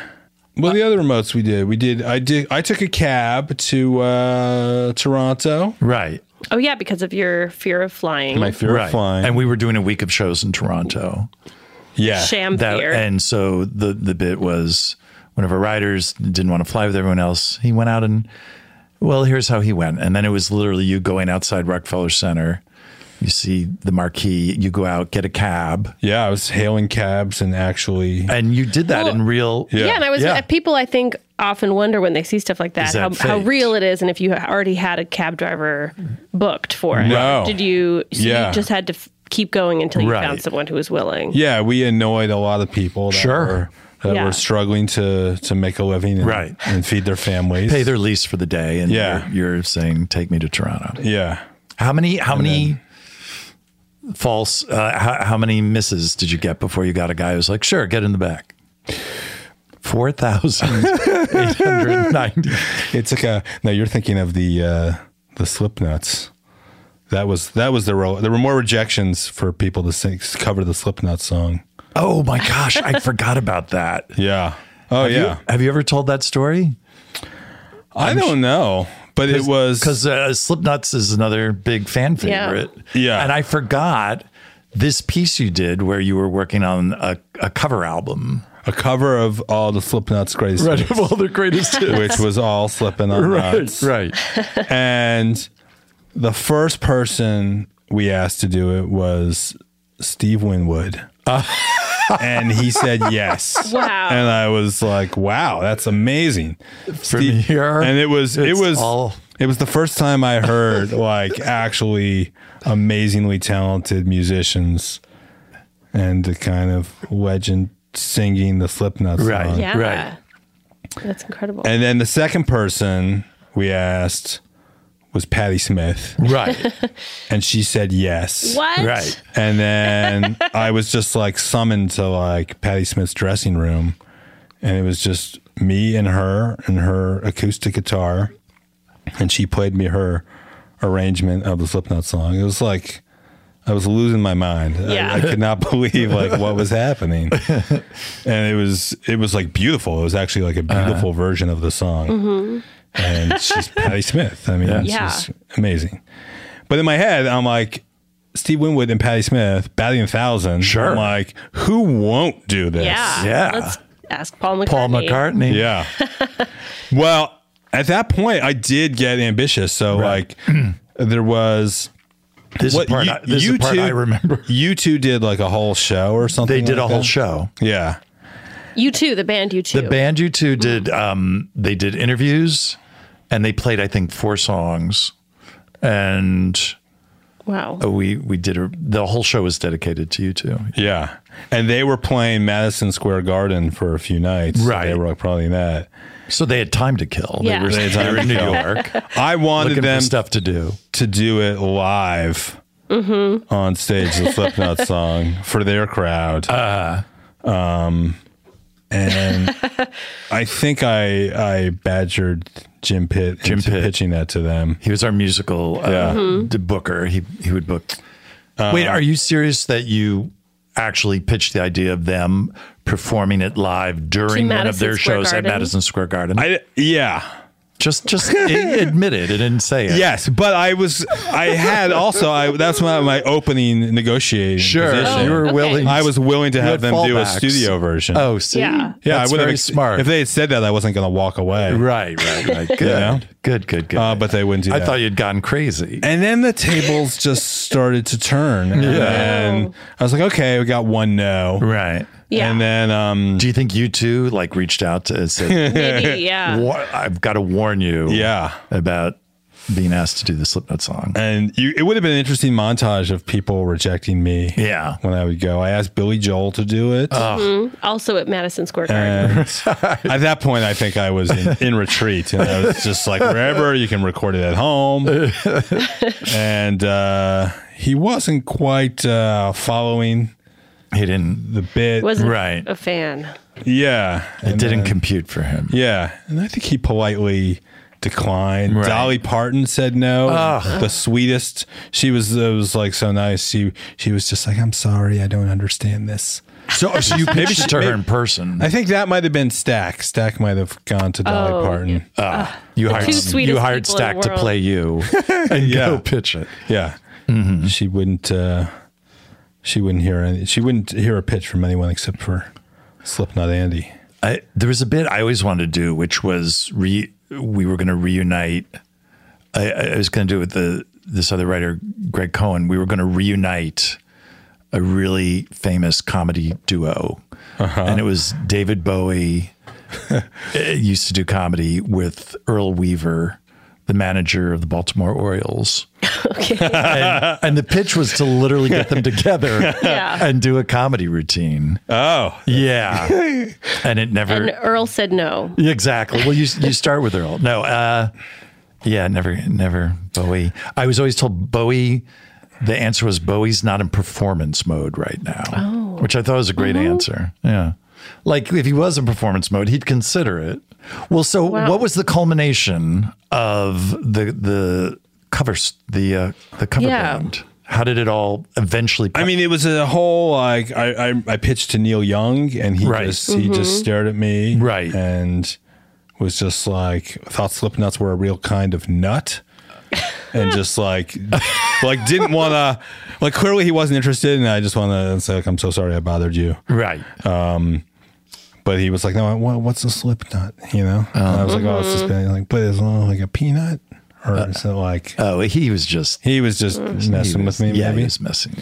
Speaker 3: Well, the other remotes we did, we did. I did. I took a cab to uh, Toronto.
Speaker 1: Right.
Speaker 2: Oh yeah, because of your fear of flying.
Speaker 3: My fear
Speaker 1: right.
Speaker 3: of flying.
Speaker 1: And we were doing a week of shows in Toronto.
Speaker 3: yeah.
Speaker 2: sham
Speaker 1: That-
Speaker 2: fear.
Speaker 1: and so the the bit was one of our writers didn't want to fly with everyone else. He went out and well, here's how he went. And then it was literally you going outside Rockefeller Center. You see the marquee. You go out, get a cab,
Speaker 3: Yeah, I was hailing cabs and actually.
Speaker 1: and you did that
Speaker 2: Well,
Speaker 1: in real.
Speaker 2: yeah. and I was
Speaker 1: yeah.
Speaker 2: people I think often wonder when they see stuff like that,
Speaker 1: Is that
Speaker 2: how, how
Speaker 1: faked?
Speaker 2: real it is and if you already had a cab driver booked for it.
Speaker 3: No.
Speaker 2: Did you so
Speaker 3: Yeah.
Speaker 2: you just had to f- keep going until you
Speaker 1: Right.
Speaker 2: found someone who was willing.
Speaker 3: Yeah, we annoyed a lot of people. That
Speaker 1: Sure.
Speaker 3: Were, that
Speaker 2: Yeah.
Speaker 3: were struggling to to make a living, and,
Speaker 1: Right.
Speaker 3: and feed their families.
Speaker 1: pay their lease for the day, and
Speaker 3: Yeah.
Speaker 1: you're, you're saying take me to Toronto.
Speaker 3: yeah.
Speaker 1: How many? How many? False. Uh, how, how many misses did you get before you got a guy who's like, sure, get in the back? Four thousand eight
Speaker 3: [LAUGHS]
Speaker 1: hundred ninety.
Speaker 3: It's like a. No, you're thinking of the uh, the Slipknots. That was that was the role. There were more rejections for people to sing, cover the Slipknot song.
Speaker 1: Oh my gosh, I forgot about that.
Speaker 3: Yeah. Oh
Speaker 1: Have you-
Speaker 3: yeah.
Speaker 1: have you ever told that story?
Speaker 3: I don't know, but it was
Speaker 1: because uh, Slipknot's is another big fan
Speaker 2: Yeah.
Speaker 1: favorite.
Speaker 3: Yeah.
Speaker 1: and I forgot this piece you did where you were working on a, a cover album,
Speaker 3: a cover of all the Slipknot's greatest hits,
Speaker 1: all the greatest
Speaker 3: which was all slipping on knots.
Speaker 1: right.
Speaker 3: And the first person we asked to do it was
Speaker 1: [LAUGHS]
Speaker 3: Steve Winwood. and he said yes.
Speaker 2: Wow.
Speaker 3: And I was like, wow, that's amazing.
Speaker 1: From [LAUGHS] here,
Speaker 3: and it was it
Speaker 1: it's
Speaker 3: was
Speaker 1: all-
Speaker 3: it was the first time I heard like actually amazingly talented musicians and the kind of legend singing the Slipknot song.
Speaker 1: Right.
Speaker 2: Yeah.
Speaker 1: Right.
Speaker 2: That's incredible.
Speaker 3: And then the second person we asked was Patti Smith, [LAUGHS]
Speaker 1: right,
Speaker 3: and she said yes.
Speaker 2: what?
Speaker 1: right.
Speaker 3: And then [LAUGHS] I was just like summoned to like Patti Smith's dressing room, and it was just me and her and her acoustic guitar, and she played me her arrangement of the Slipknot song. It was like I was losing my mind. I-
Speaker 2: Yeah.
Speaker 3: I, could not [LAUGHS] believe like what
Speaker 2: [LAUGHS]
Speaker 3: was happening, and it was it was like beautiful. It was actually like a beautiful version of the song, and she's Patti Smith. I mean,
Speaker 2: Mm-hmm. Yeah.
Speaker 3: she's amazing. But in my head, I'm like, Steve Winwood and Patty Smith, Batty and Thousand.
Speaker 1: Sure.
Speaker 3: I'm like, who won't do this?
Speaker 2: Yeah.
Speaker 1: Yeah.
Speaker 2: Let's ask Paul McCartney.
Speaker 1: Paul McCartney.
Speaker 3: Yeah. well, at that point, I did get ambitious. So, like, [CLEARS THROAT] there was.
Speaker 1: This is part.
Speaker 3: you-
Speaker 1: I, this is
Speaker 3: you
Speaker 1: part
Speaker 3: two-
Speaker 1: I remember.
Speaker 3: [LAUGHS] You two did like a whole show or something.
Speaker 1: [LAUGHS] They did
Speaker 3: like
Speaker 1: a whole
Speaker 3: that?
Speaker 1: show.
Speaker 3: Yeah.
Speaker 2: You too. The band. You too.
Speaker 1: The band you
Speaker 3: Mm-hmm.
Speaker 1: two did. Um, they did interviews, and they played I think four songs, and. uh,
Speaker 2: Wow.
Speaker 1: we we did a, the whole show was dedicated to you two.
Speaker 3: Yeah. And they were playing Madison Square Garden for a few nights.
Speaker 1: Right.
Speaker 3: They were like, probably that.
Speaker 1: So they had time to kill.
Speaker 2: Yeah.
Speaker 1: They were,
Speaker 2: They
Speaker 3: had
Speaker 1: they
Speaker 3: time
Speaker 1: were
Speaker 3: to
Speaker 1: in New
Speaker 3: kill.
Speaker 1: York
Speaker 3: [LAUGHS] I wanted
Speaker 1: looking for
Speaker 3: them
Speaker 1: stuff to do.
Speaker 3: to do it live on stage, the Slipknot song for their crowd. Uh, um, and I think I I badgered Jim Pitt
Speaker 1: Jim
Speaker 3: into
Speaker 1: Pitt.
Speaker 3: pitching that to them.
Speaker 1: He was our musical uh,
Speaker 3: Yeah.
Speaker 2: Mm-hmm.
Speaker 3: Um,
Speaker 1: d- booker. He he would book. Wait, are you serious that you actually pitched the idea of them performing it live during one of
Speaker 2: Madison
Speaker 1: their
Speaker 2: Square
Speaker 1: shows
Speaker 2: Garden?
Speaker 1: at Madison Square Garden?
Speaker 3: I yeah.
Speaker 1: just
Speaker 3: [LAUGHS]
Speaker 1: just a- admit it. I didn't say it.
Speaker 3: Yes, but I was I had also I that's my my opening negotiating.
Speaker 1: sure. Oh,
Speaker 3: position.
Speaker 1: You were
Speaker 2: Oh, okay.
Speaker 1: willing.
Speaker 3: I was willing to
Speaker 1: You had
Speaker 3: have them do a
Speaker 1: fallbacks.
Speaker 3: studio version.
Speaker 1: Oh, see,
Speaker 2: Yeah.
Speaker 3: yeah,
Speaker 1: That's
Speaker 3: I would
Speaker 1: very
Speaker 3: have
Speaker 1: smart.
Speaker 3: If they had said that, I wasn't going to walk away.
Speaker 1: right, right, right. [LAUGHS] Good,
Speaker 3: Yeah.
Speaker 1: good, good, good.
Speaker 3: Uh, but they wouldn't do
Speaker 1: I
Speaker 3: that.
Speaker 1: thought you'd gotten crazy.
Speaker 3: And then the tables just started to turn. And then I was like, okay, we got one no.
Speaker 1: right.
Speaker 2: Yeah.
Speaker 3: And then um
Speaker 1: Do you think you two like reached out to and
Speaker 3: [LAUGHS]
Speaker 1: said, [LAUGHS]
Speaker 2: Maybe. Yeah.
Speaker 1: "Wa- "I've got to warn you,
Speaker 3: yeah.
Speaker 1: about being asked to do the Slipknot song"?
Speaker 3: And you, it would have been an interesting montage of people rejecting me.
Speaker 1: Yeah.
Speaker 3: When I would go. I asked Billy Joel to do it.
Speaker 1: Oh,
Speaker 2: also at Madison Square Garden.
Speaker 3: and at that point, I think I was in, in retreat, and I was just like, wherever you can record it at home.
Speaker 1: [LAUGHS]
Speaker 3: and uh, he wasn't quite uh, following
Speaker 1: He didn't.
Speaker 3: the bit,
Speaker 2: Wasn't
Speaker 1: Right.
Speaker 2: a fan.
Speaker 3: yeah.
Speaker 1: It didn't compute for him.
Speaker 3: Yeah, and I think he politely declined.
Speaker 1: Right.
Speaker 3: Dolly Parton said no. The sweetest. She was it was like so nice. She she was just like, "I'm sorry, I don't understand this."
Speaker 1: So, so
Speaker 2: [LAUGHS]
Speaker 1: you pitched it to her in person.
Speaker 3: I think that might have been Stack. Stack might have gone to Dolly Parton. Uh, Yeah.
Speaker 1: you hired
Speaker 2: two
Speaker 1: you
Speaker 2: sweetest
Speaker 1: hired
Speaker 2: people in
Speaker 1: Stack
Speaker 2: the
Speaker 1: to
Speaker 2: world.
Speaker 1: play
Speaker 2: [LAUGHS]
Speaker 1: you and go Mm-hmm. pitch it.
Speaker 3: She wouldn't uh she wouldn't hear any, she wouldn't hear a pitch from anyone except for Slipknot Andy.
Speaker 1: I, there was a bit I always wanted to do, which was re, we were going to reunite. I, I I was going to do it with the this other writer, Greg Cohen. We were going to reunite a really famous comedy duo, and it was David Bowie. uh, used to do comedy with Earl Weaver, the manager of the Baltimore Orioles.
Speaker 2: [LAUGHS] Okay.
Speaker 1: And, and the pitch was to literally get
Speaker 2: [LAUGHS]
Speaker 1: them together
Speaker 2: Yeah.
Speaker 1: and do a comedy routine.
Speaker 3: Oh.
Speaker 1: Yeah. And it never
Speaker 2: and Earl said no.
Speaker 1: yeah, Exactly. Well, you you start with Earl. No, uh, yeah, never, never Bowie. I was always told Bowie. The answer was Bowie's not in performance mode right now,
Speaker 2: Oh.
Speaker 1: which I thought was a great
Speaker 2: Mm-hmm.
Speaker 1: answer. Yeah, like if he was in performance mode, he'd consider it. Well, so
Speaker 2: Wow.
Speaker 1: what was the culmination of the the cover s- the uh, the cover
Speaker 2: Yeah.
Speaker 1: band? How did it all eventually?
Speaker 3: I mean, it was a whole like I I, I pitched to Neil Young, and he
Speaker 1: Right.
Speaker 3: just he just stared at me,
Speaker 1: Right.
Speaker 3: and was just like thought Slipknots were a real kind of nut, and
Speaker 1: [LAUGHS]
Speaker 3: just like like didn't want to like clearly he wasn't interested, and I just want to say like I'm so sorry I bothered you,
Speaker 1: right.
Speaker 3: Oh. but he was like no what, what's a Slipknot you know, and I was like oh it's just been like but it's not like a peanut or is it like
Speaker 1: oh, he was just
Speaker 3: he was just messing
Speaker 1: he was-
Speaker 3: with me
Speaker 1: Yeah,
Speaker 3: maybe
Speaker 1: he was messing.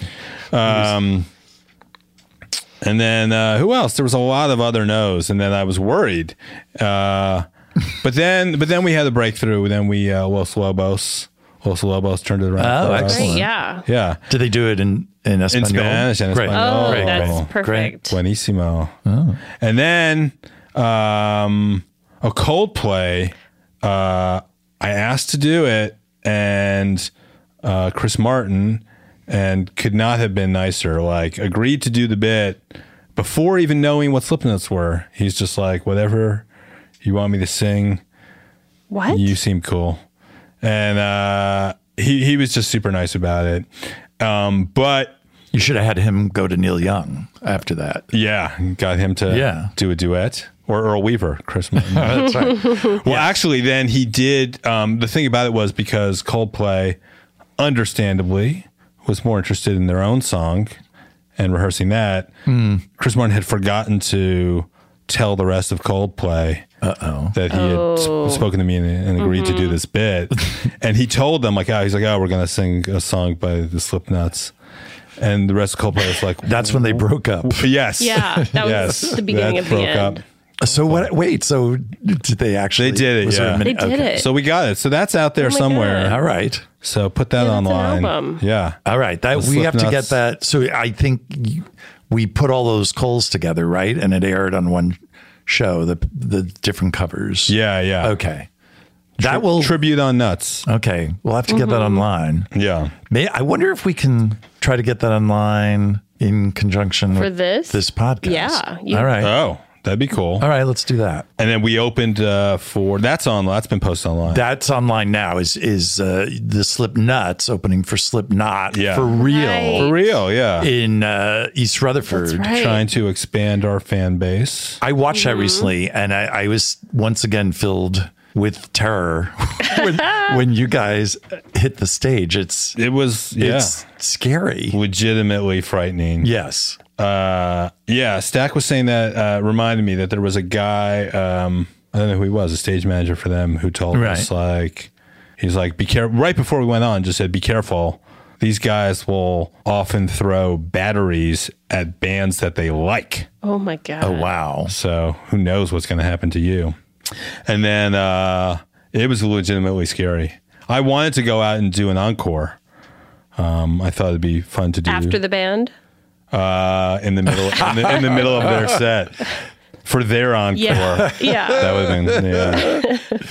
Speaker 3: And then uh, who else? There was a lot of other no's, and then I was worried. Uh, [LAUGHS] but then, but then we had a breakthrough. Then we uh, Los Lobos, Los Lobos turned it around.
Speaker 1: Oh,
Speaker 3: for us.
Speaker 1: excellent.
Speaker 2: Great, yeah.
Speaker 3: Yeah,
Speaker 1: Did they do it in in Espanol?
Speaker 3: Spanish and
Speaker 1: Great.
Speaker 3: Espanol.
Speaker 2: Oh,
Speaker 3: Great.
Speaker 2: that's
Speaker 3: Great.
Speaker 2: perfect.
Speaker 3: buenísimo. And then um, a Coldplay. Uh, I asked to do it, and uh, Chris Martin, and could not have been nicer. Like agreed to do the bit before even knowing what Slipknots were. He's just like, whatever you want me to sing.
Speaker 2: What?
Speaker 3: You seem cool. And uh, he, he was just super nice about it. Um, but
Speaker 1: You should have had him go to Neil Young after that.
Speaker 3: yeah, got him to
Speaker 1: Yeah.
Speaker 3: do a duet or Earl Weaver, Chris Martin. well,
Speaker 1: [LAUGHS] That's right.
Speaker 3: actually, then he did. Um, the thing about it was because Coldplay, understandably, was more interested in their own song and rehearsing that. Chris Martin had forgotten to tell the rest of Coldplay that he had
Speaker 1: Oh.
Speaker 3: sp- spoken to me and, and agreed
Speaker 1: Mm-hmm.
Speaker 3: to do this bit. and he told them, like, oh, he's like, oh, we're going to sing a song by the Slipknots. And the rest of Coldplay was like,
Speaker 1: That's when they
Speaker 2: Oh.
Speaker 1: broke up.
Speaker 3: yes.
Speaker 2: Yeah, that was the beginning
Speaker 3: that
Speaker 2: of the
Speaker 3: broke
Speaker 2: end.
Speaker 1: So what? Wait. So did they actually?
Speaker 3: They did it,
Speaker 1: was there a
Speaker 3: yeah.
Speaker 2: They
Speaker 1: minute-
Speaker 2: did
Speaker 1: okay.
Speaker 2: it.
Speaker 3: So we got it. So that's out there
Speaker 2: Oh my
Speaker 3: somewhere.
Speaker 1: All right.
Speaker 3: So put
Speaker 2: Yeah,
Speaker 3: that
Speaker 2: that's an
Speaker 3: online.
Speaker 2: album.
Speaker 3: Yeah.
Speaker 1: All right. That
Speaker 3: The
Speaker 1: we have to get
Speaker 3: Slipknots.
Speaker 1: that. So I think you- we put all those calls together, right? And it aired on one show. The the different covers.
Speaker 3: Yeah, yeah.
Speaker 1: Okay. That will.
Speaker 3: Tribute on nuts.
Speaker 1: okay. We'll have to get that
Speaker 2: Mm-hmm.
Speaker 1: online.
Speaker 3: Yeah.
Speaker 1: May I wonder if we can try to get that online in conjunction
Speaker 2: For
Speaker 1: with
Speaker 2: this?
Speaker 1: this podcast.
Speaker 2: Yeah, you-
Speaker 1: All right.
Speaker 3: Oh, that'd be cool.
Speaker 1: All right. Let's do that.
Speaker 3: And then we opened uh, for that's on. That's been posted online.
Speaker 1: That's online now. Is is uh, the Slipknots opening for Slipknot
Speaker 3: Yeah.
Speaker 1: for real
Speaker 2: Right.
Speaker 3: For real. Yeah.
Speaker 1: in uh, East Rutherford?
Speaker 2: That's right. Mm-hmm.
Speaker 3: Trying to expand our fan base.
Speaker 1: I watched that recently, and I, I was once again filled with terror [LAUGHS] when, when you guys hit the stage. It's
Speaker 3: It was yeah,
Speaker 1: it's scary.
Speaker 3: legitimately frightening.
Speaker 1: Yes.
Speaker 3: Uh, yeah. Stack was saying that uh, reminded me that there was a guy. Um, I don't know who he was, a stage manager for them, who told
Speaker 1: Right.
Speaker 3: us like he's like be careful. Right before we went on, just said be careful. These guys will often throw batteries at bands that they like.
Speaker 2: Oh my god.
Speaker 1: Oh wow.
Speaker 3: So who knows what's going to happen to you? And then uh, it was legitimately scary. I wanted to go out and do an encore. Um, I thought it'd be fun to do
Speaker 2: After the band.
Speaker 3: uh, in the middle in the, in the middle of their set for their encore.
Speaker 2: Yeah. yeah. [LAUGHS]
Speaker 3: That would have been yeah.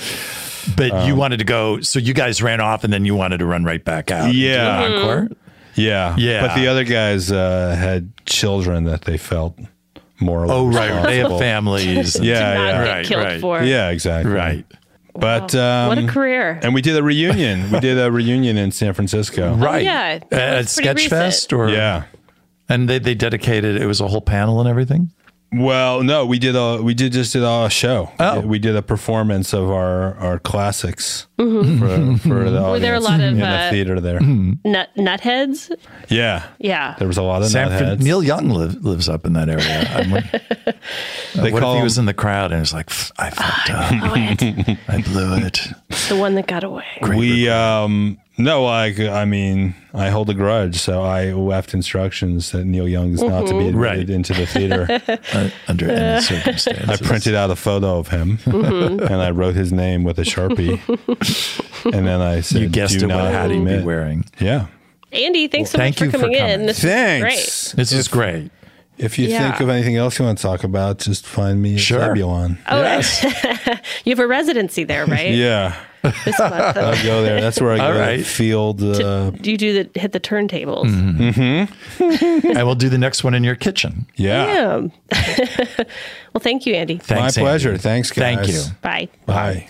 Speaker 1: But
Speaker 3: Um,
Speaker 1: you wanted to go, so you guys ran off, and then you wanted to run right back out. and do
Speaker 3: Yeah. Mm-hmm.
Speaker 1: an encore?
Speaker 3: yeah,
Speaker 1: Yeah.
Speaker 3: But the other guys uh, had children that they felt more.
Speaker 1: Oh right, they have
Speaker 3: responsible.
Speaker 1: families.
Speaker 3: [LAUGHS] Yeah,
Speaker 2: Not
Speaker 3: yeah,
Speaker 2: get
Speaker 1: right,
Speaker 2: killed
Speaker 1: right.
Speaker 2: for. Oh,
Speaker 3: yeah, exactly.
Speaker 1: Right.
Speaker 3: but um,
Speaker 2: what a career.
Speaker 3: And we did a reunion. we did a reunion in San Francisco.
Speaker 1: Right.
Speaker 2: yeah.
Speaker 1: At- At
Speaker 2: That's pretty
Speaker 1: Sketchfest
Speaker 2: recent.
Speaker 1: or
Speaker 3: Yeah.
Speaker 1: And they, they dedicated it was a whole panel and everything.
Speaker 3: Well, no, we did a we did just did a show.
Speaker 1: Oh.
Speaker 3: we did a performance of our our classics for, for the audience
Speaker 2: Mm-hmm. Were there a lot of,
Speaker 3: in
Speaker 2: uh,
Speaker 3: the theater there.
Speaker 1: Mm-hmm.
Speaker 2: Nut nutheads.
Speaker 3: Yeah,
Speaker 2: Yeah.
Speaker 3: there was a lot of
Speaker 1: San Fran-
Speaker 3: nutheads.
Speaker 1: Neil Young live, lives up in that
Speaker 2: [LAUGHS]
Speaker 1: area. I'm, won-
Speaker 3: they
Speaker 1: what if
Speaker 3: call
Speaker 1: he
Speaker 3: him,
Speaker 1: was in the crowd and was like, "Pff, I fucked
Speaker 2: [LAUGHS]
Speaker 1: up,
Speaker 2: Oh,
Speaker 1: [LAUGHS]
Speaker 2: it's
Speaker 1: I blew it.
Speaker 2: the one that got away.
Speaker 3: we um no like I mean I hold a grudge, so I left instructions that Neil Young is not to be admitted
Speaker 1: Right.
Speaker 3: into the
Speaker 1: [LAUGHS]
Speaker 3: theater.
Speaker 1: Uh, under
Speaker 2: [LAUGHS]
Speaker 1: any
Speaker 3: I
Speaker 1: circumstances.
Speaker 3: printed out a photo of him
Speaker 1: Mm-hmm.
Speaker 3: and I wrote his name with a
Speaker 1: [LAUGHS]
Speaker 3: sharpie, and then I said,
Speaker 1: You guessed
Speaker 3: Do
Speaker 1: it. What
Speaker 3: not
Speaker 1: hat he'd be
Speaker 3: admit."
Speaker 1: wearing?
Speaker 3: Yeah,
Speaker 2: Andy, thanks so
Speaker 1: thank
Speaker 2: much
Speaker 1: you
Speaker 2: for
Speaker 1: for
Speaker 2: coming in.
Speaker 1: coming.
Speaker 2: This
Speaker 3: thanks.
Speaker 1: This is great.
Speaker 3: If you
Speaker 2: Yeah.
Speaker 3: think of anything else you want to talk about, just find me at
Speaker 1: Sure.
Speaker 3: Zebulon.
Speaker 2: Oh,
Speaker 1: yes.
Speaker 2: was great. You have a residency there, right?
Speaker 3: Yeah,
Speaker 2: This
Speaker 1: [LAUGHS]
Speaker 2: month. Uh,
Speaker 3: I'll go there. That's where I
Speaker 1: All
Speaker 3: go
Speaker 1: right.
Speaker 3: field. Uh,
Speaker 2: Do you do the hit the turntables?
Speaker 1: Mm-hmm. [LAUGHS] I will do the next one in your kitchen.
Speaker 3: yeah.
Speaker 2: Damn. [LAUGHS] well, thank you, Andy.
Speaker 3: my
Speaker 1: Thanks, Andy.
Speaker 3: pleasure. Thanks, guys.
Speaker 1: Thank you.
Speaker 2: Bye.
Speaker 3: Bye.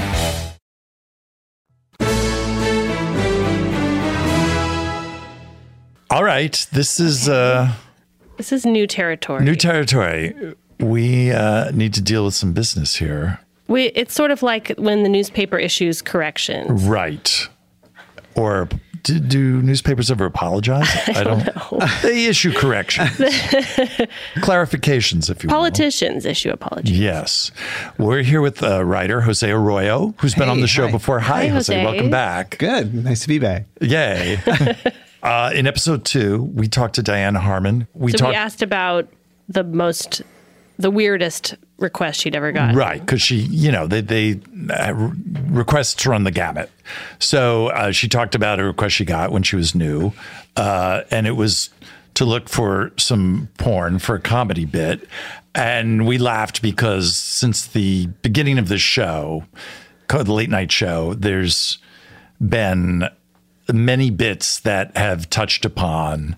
Speaker 1: All right, this is uh,
Speaker 2: This is new territory.
Speaker 1: new territory. We uh, need to deal with some business here.
Speaker 2: we, it's sort of like when the newspaper issues corrections.
Speaker 1: Right. Or do, do newspapers ever apologize? I don't, [LAUGHS] They issue corrections, clarifications, if you will.
Speaker 2: Politicians issue apologies.
Speaker 1: Yes. We're here with uh, writer Jose Arroyo, who's been on
Speaker 4: Hey,
Speaker 1: the show
Speaker 4: hi.
Speaker 1: before. Hi,
Speaker 2: Hi,
Speaker 1: Jose.
Speaker 2: Jose.
Speaker 1: Welcome back.
Speaker 4: Good. Nice to be back.
Speaker 1: Yay. uh, in episode two, we talked to Diane Harmon. We
Speaker 2: So
Speaker 1: talked.
Speaker 2: we asked about the most, the weirdest request she'd ever gotten.
Speaker 1: Right, because she, you know, they they uh, re- requests run the gamut. So uh, she talked about a request she got when she was new, uh, and it was to look for some porn for a comedy bit, and we laughed because since the beginning of the show, called the late night show, there's been many bits that have touched upon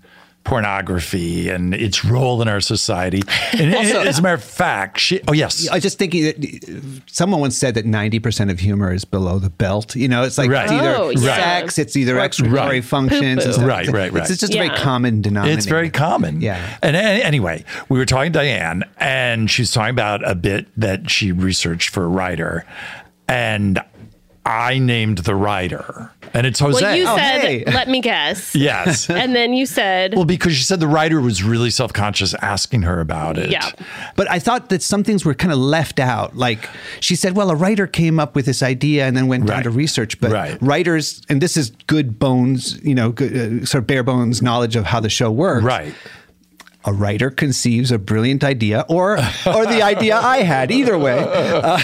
Speaker 1: pornography and its role in our society. And as a matter of fact, she, oh yes,
Speaker 4: I was just thinking that someone once said that 90% of humor is below the belt. You know, it's like
Speaker 1: Right.
Speaker 4: it's either
Speaker 2: Oh, yeah.
Speaker 4: sex, it's either exploratory
Speaker 1: Right.
Speaker 4: functions. and
Speaker 2: Poo-poo.
Speaker 4: stuff.
Speaker 1: Right, right, right.
Speaker 4: It's, it's just a
Speaker 2: Yeah.
Speaker 4: very common denominator.
Speaker 1: It's very common.
Speaker 4: Yeah.
Speaker 1: And a- anyway, we were talking to Diane, and she's talking about a bit that she researched for a writer, and I named the writer, and it's Jose.
Speaker 2: Well, you
Speaker 4: Oh,
Speaker 2: said,
Speaker 4: hey.
Speaker 2: let me
Speaker 4: [LAUGHS]
Speaker 2: guess.
Speaker 1: yes.
Speaker 2: [LAUGHS] And then you said,
Speaker 1: well, because she said the writer was really self conscious asking her about it.
Speaker 2: yeah.
Speaker 4: But I thought that some things were kind of left out. Like she said, well, a writer came up with this idea and then went
Speaker 1: Right.
Speaker 4: down to research. But
Speaker 1: Right.
Speaker 4: writers, and this is good bones, you know, good, uh, sort of bare bones knowledge of how the show works.
Speaker 1: Right.
Speaker 4: a writer conceives a brilliant idea or or the idea I had either way Uh,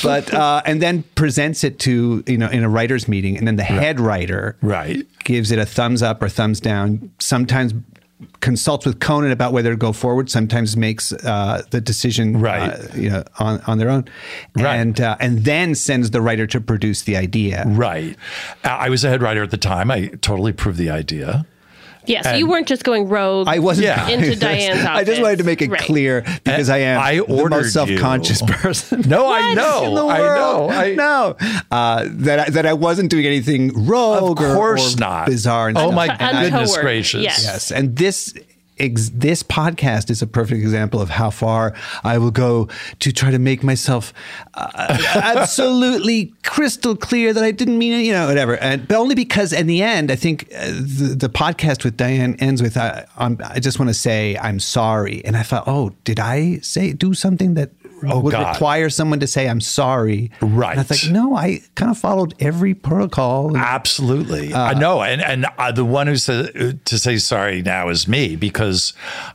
Speaker 4: but uh, and then presents it to you know in a writers meeting and then the head writer
Speaker 1: Right.
Speaker 4: gives it a thumbs up or thumbs down sometimes consults with Conan about whether to go forward sometimes makes uh, the decision
Speaker 1: Right.
Speaker 4: uh, you know on, on their own
Speaker 1: Right.
Speaker 4: and uh, and then sends the writer to produce the idea
Speaker 1: Right. I I was a head writer at the time. I totally approved the idea.
Speaker 2: Yes, you weren't just going rogue.
Speaker 4: [LAUGHS] I wasn't
Speaker 1: Yeah.
Speaker 2: [LAUGHS] Into Diane's
Speaker 4: I just wanted to make it
Speaker 2: outfits. Right.
Speaker 4: clear because I am
Speaker 1: I
Speaker 4: the
Speaker 1: ordered you.
Speaker 4: most
Speaker 1: [LAUGHS]
Speaker 4: self-conscious person.
Speaker 1: No, I
Speaker 4: What
Speaker 1: know.
Speaker 4: [LAUGHS] in the
Speaker 1: I
Speaker 4: world?
Speaker 1: know. I-
Speaker 4: no, uh, that I, that I wasn't doing anything
Speaker 1: Of
Speaker 4: rogue. or-
Speaker 1: course
Speaker 4: or
Speaker 1: not.
Speaker 4: Bizarre. And
Speaker 1: Oh
Speaker 4: stuff.
Speaker 1: my
Speaker 2: And I-
Speaker 1: goodness
Speaker 2: Untoward.
Speaker 1: gracious.
Speaker 2: Yes.
Speaker 4: Yes, and this. Ex- this podcast is a perfect example of how far I will go to try to make myself uh, [LAUGHS] absolutely crystal clear that I didn't mean it, you know, whatever. And, but only because, in the end, I think uh, the, the podcast with Diane ends with, I, I'm, I just want to say I'm sorry. And I thought, oh, did I say do something that
Speaker 1: Oh,
Speaker 4: would
Speaker 1: God.
Speaker 4: require someone to say I'm sorry? And I
Speaker 1: Right.
Speaker 4: was like, no, I kind of followed every protocol.
Speaker 1: Absolutely, I know, and and uh, the one who said to say sorry now is me because